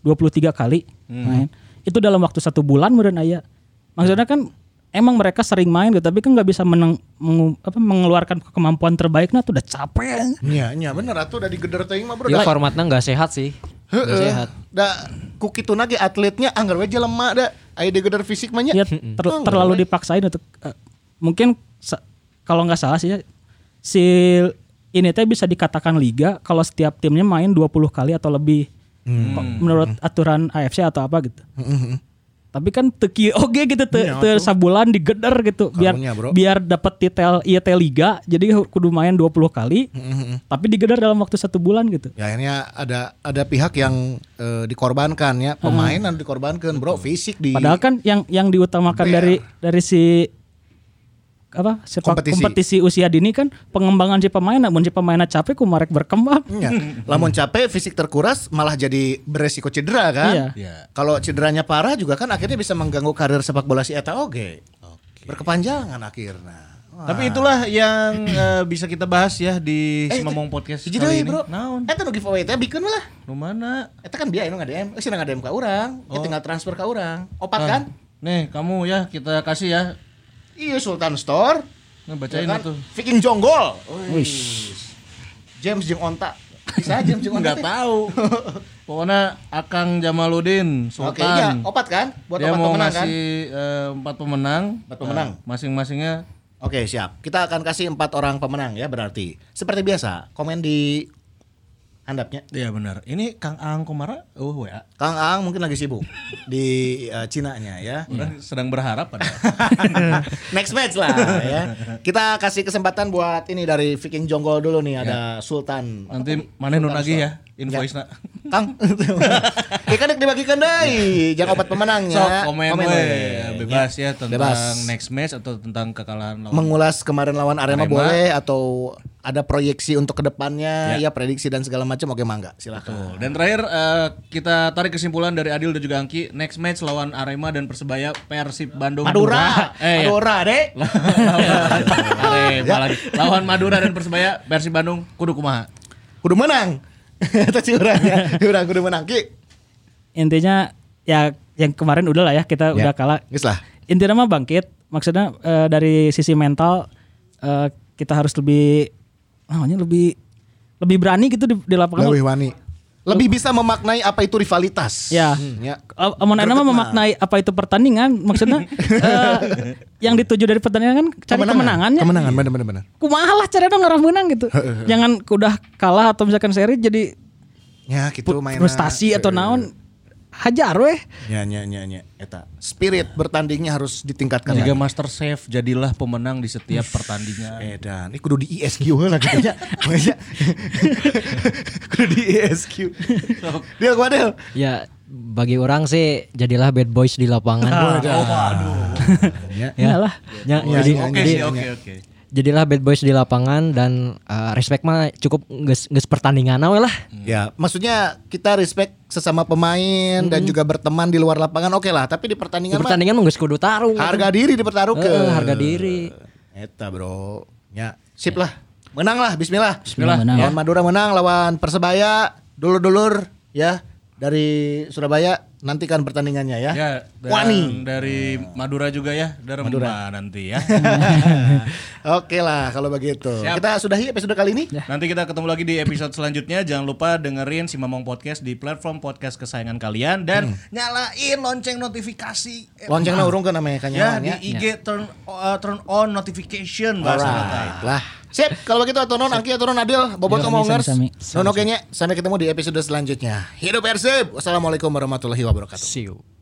Speaker 4: 23 kali main itu dalam waktu satu bulan mudah aya maksudnya kan emang mereka sering main gitu tapi kan nggak bisa meneng, mengu- apa, mengeluarkan kemampuan terbaiknya tuh udah capek
Speaker 3: Nya, nya Iya, bener atuh udah digeder teuing mah bro.
Speaker 4: Iya,
Speaker 5: Ya
Speaker 3: Da-
Speaker 5: formatnya nggak sehat sih. Nggak
Speaker 3: Heeh.
Speaker 5: sehat.
Speaker 3: Da kukitu nage atletnya anggar we jelema da. Aya digeder fisik mah nya.
Speaker 4: ya ter- terlalu dipaksain untuk eh, mungkin sa- kalau nggak salah sih ya, si ini teh bisa dikatakan liga kalau setiap timnya main 20 kali atau lebih
Speaker 3: Hmm.
Speaker 4: Ko- menurut aturan AFC atau apa gitu. Tapi kan teki oke gitu te, te sabulan digeder gitu biar
Speaker 3: Iya, Karunya, bro.
Speaker 4: biar dapat titel IET liga jadi kudu main 20 kali tapi digeder dalam waktu satu bulan gitu.
Speaker 3: Ya akhirnya ada ada pihak yang eh, dikorbankan ya, pemain yang dikorbankan bro, fisik di
Speaker 4: Padahal kan yang yang diutamakan dari dari si apa sepak
Speaker 3: Iya. Kompetisi.
Speaker 4: kompetisi. usia dini kan pengembangan si pemain namun si pemainnya capek kumarek berkembang
Speaker 3: Ya. Lamun capek fisik terkuras malah jadi beresiko cedera kan.
Speaker 4: Iya.
Speaker 2: Iya.
Speaker 3: Kalau cederanya parah juga kan akhirnya bisa mengganggu karir sepak bola si Eta oge. Berkepanjangan akhirnya. Wah.
Speaker 2: Tapi itulah yang eh, bisa kita bahas ya di
Speaker 3: Eh,
Speaker 2: Simamong Podcast
Speaker 3: Hiji
Speaker 2: kali
Speaker 3: deui,
Speaker 2: ini.
Speaker 3: bro.
Speaker 2: Naon?
Speaker 3: Eta nu giveaway teh bikin lah.
Speaker 2: Nu mana?
Speaker 3: Eta kan biaya nu nge-DM. Eh, sih nge-DM ke orang. Ya tinggal transfer ke orang. Opat kan?
Speaker 2: Nih, kamu ya kita kasih ya.
Speaker 3: Iya Sultan Store.
Speaker 2: Nah, bacain
Speaker 3: Ya kan?
Speaker 2: itu.
Speaker 3: Viking Jonggol. James jeung Onta. Bisa James jeung Onta.
Speaker 2: Enggak
Speaker 3: teh.
Speaker 2: tahu. Pokoknya Akang Jamaludin Sultan.
Speaker 3: Oke, iya, opat kan? Buat
Speaker 2: Dia
Speaker 3: opat
Speaker 2: mau
Speaker 3: pemenang kan?
Speaker 2: ngasih eh, empat pemenang.
Speaker 3: Empat pemenang.
Speaker 2: Eh, masing-masingnya
Speaker 3: Oke siap. Kita akan kasih empat orang pemenang ya berarti. Seperti biasa komen di handapnya.
Speaker 2: Iya benar. Ini Kang Aang Komara, oh WA.
Speaker 3: Kang Ang mungkin lagi sibuk di eh, Cina-nya ya.
Speaker 2: Orang sedang berharap padahal.
Speaker 3: Next match lah ya. Kita kasih kesempatan buat ini dari Viking Jonggol dulu nih
Speaker 2: Ya.
Speaker 3: ada Sultan.
Speaker 2: Nanti mana nun lagi ya invoice na.
Speaker 3: Kang. Ikan dek dibagikan deh. Jangan obat pemenangnya.
Speaker 2: So, komen,
Speaker 3: Komen
Speaker 2: we.
Speaker 3: we.
Speaker 2: bebas ya tentang
Speaker 3: Bebas.
Speaker 2: next match atau tentang kekalahan lawan.
Speaker 3: Mengulas kemarin lawan
Speaker 2: Arema.
Speaker 3: Arema, boleh atau ada proyeksi untuk kedepannya, ya prediksi dan segala macam oke mangga silakan.
Speaker 2: Betul. Dan terakhir eh, kita tarik kesimpulan dari Adil dan juga Angki next match lawan Arema dan Persebaya Persib Bandung.
Speaker 3: Madura,
Speaker 2: Eh, ya.
Speaker 3: Madura deh.
Speaker 2: lawan Arema lagi. Lawan Madura dan Persebaya Persib Bandung kudu kumaha.
Speaker 3: Kudu menang. Itu ciurannya. Ciuran kudu menang. Ki.
Speaker 4: intinya ya yang kemarin udah lah ya kita udah kalah
Speaker 3: Geus lah.
Speaker 4: intinya mah bangkit maksudnya eh, dari sisi mental eh, kita harus lebih namanya lebih lebih berani gitu di, di lapangan
Speaker 3: Lebih wani. Lebih bisa memaknai apa itu rivalitas.
Speaker 4: Ya.
Speaker 3: Hmm, ya.
Speaker 4: A- Amon Ana mah memaknai apa itu pertandingan maksudnya eh, yang dituju dari pertandingan kan cari kemenangannya Iya.
Speaker 3: Kemenangan benar-benar.
Speaker 4: kumaha lah cara dong ngarah menang gitu jangan udah kalah atau misalkan seri jadi
Speaker 3: Ya, gitu mainan.
Speaker 4: frustasi atau naon hajar weh
Speaker 3: Ya, ya, ya, ya. Eta. Spirit bertandingnya harus ditingkatkan.
Speaker 4: Ya.
Speaker 2: Jika
Speaker 3: lagi.
Speaker 2: master chef jadilah pemenang di setiap pertandingan.
Speaker 3: Edan, ini eh, kudu di ISQ heula gitu ya. Makanya. kudu di E ISQ. Dia gua Iya, Del.
Speaker 5: Ya bagi orang sih jadilah bad boys di
Speaker 2: Ah,
Speaker 5: lapangan.
Speaker 4: iyalah
Speaker 5: Ya,
Speaker 3: Ya,
Speaker 5: jadi,
Speaker 3: ya,
Speaker 2: Oke
Speaker 3: ya.
Speaker 5: jadi-
Speaker 2: sih, oke oke.
Speaker 5: jadilah bad boys di lapangan dan eh, respect mah cukup geus geus pertandingan we lah.
Speaker 3: Ya, maksudnya kita respect sesama pemain dan juga berteman di luar lapangan oke lah, tapi di
Speaker 5: Di
Speaker 2: Iya,
Speaker 3: pertandingan mah
Speaker 5: pertandingan mah geus kudu tarung.
Speaker 3: harga diri dipertaruhkan.
Speaker 5: Heeh, harga diri.
Speaker 3: Eta, Bro. Ya, sip lah. Menang lah, bismillah.
Speaker 4: Bismillah, menang.
Speaker 3: Lawan Madura menang lawan Persebaya, dulur-dulur ya dari Surabaya nantikan pertandingannya ya.
Speaker 2: Ya, dan
Speaker 3: Wani.
Speaker 2: dari Madura juga ya, dari Madura nanti ya.
Speaker 3: Oke lah kalau begitu.
Speaker 2: Siap.
Speaker 3: Kita sudahi episode kali ini.
Speaker 2: Nanti kita ketemu lagi di episode selanjutnya. Jangan lupa dengerin si Mamong Podcast di platform podcast kesayangan kalian
Speaker 3: Hmm.
Speaker 2: dan nyalain lonceng notifikasi. Eh,
Speaker 3: Loncengna urung kan namanya
Speaker 2: Ya,
Speaker 3: kanyawan
Speaker 2: di
Speaker 3: ya.
Speaker 2: IG turn uh, turn on notification bahasa kata.
Speaker 3: Alright lah. Sip, kalau gitu atau non Angki atau non Adil, bobot
Speaker 4: Yuk,
Speaker 3: ngomong ngers.
Speaker 4: sami-sami.
Speaker 3: Non oke nya, sampai ketemu di episode selanjutnya. Hidup Persib. Wassalamualaikum warahmatullahi wabarakatuh.
Speaker 5: See you.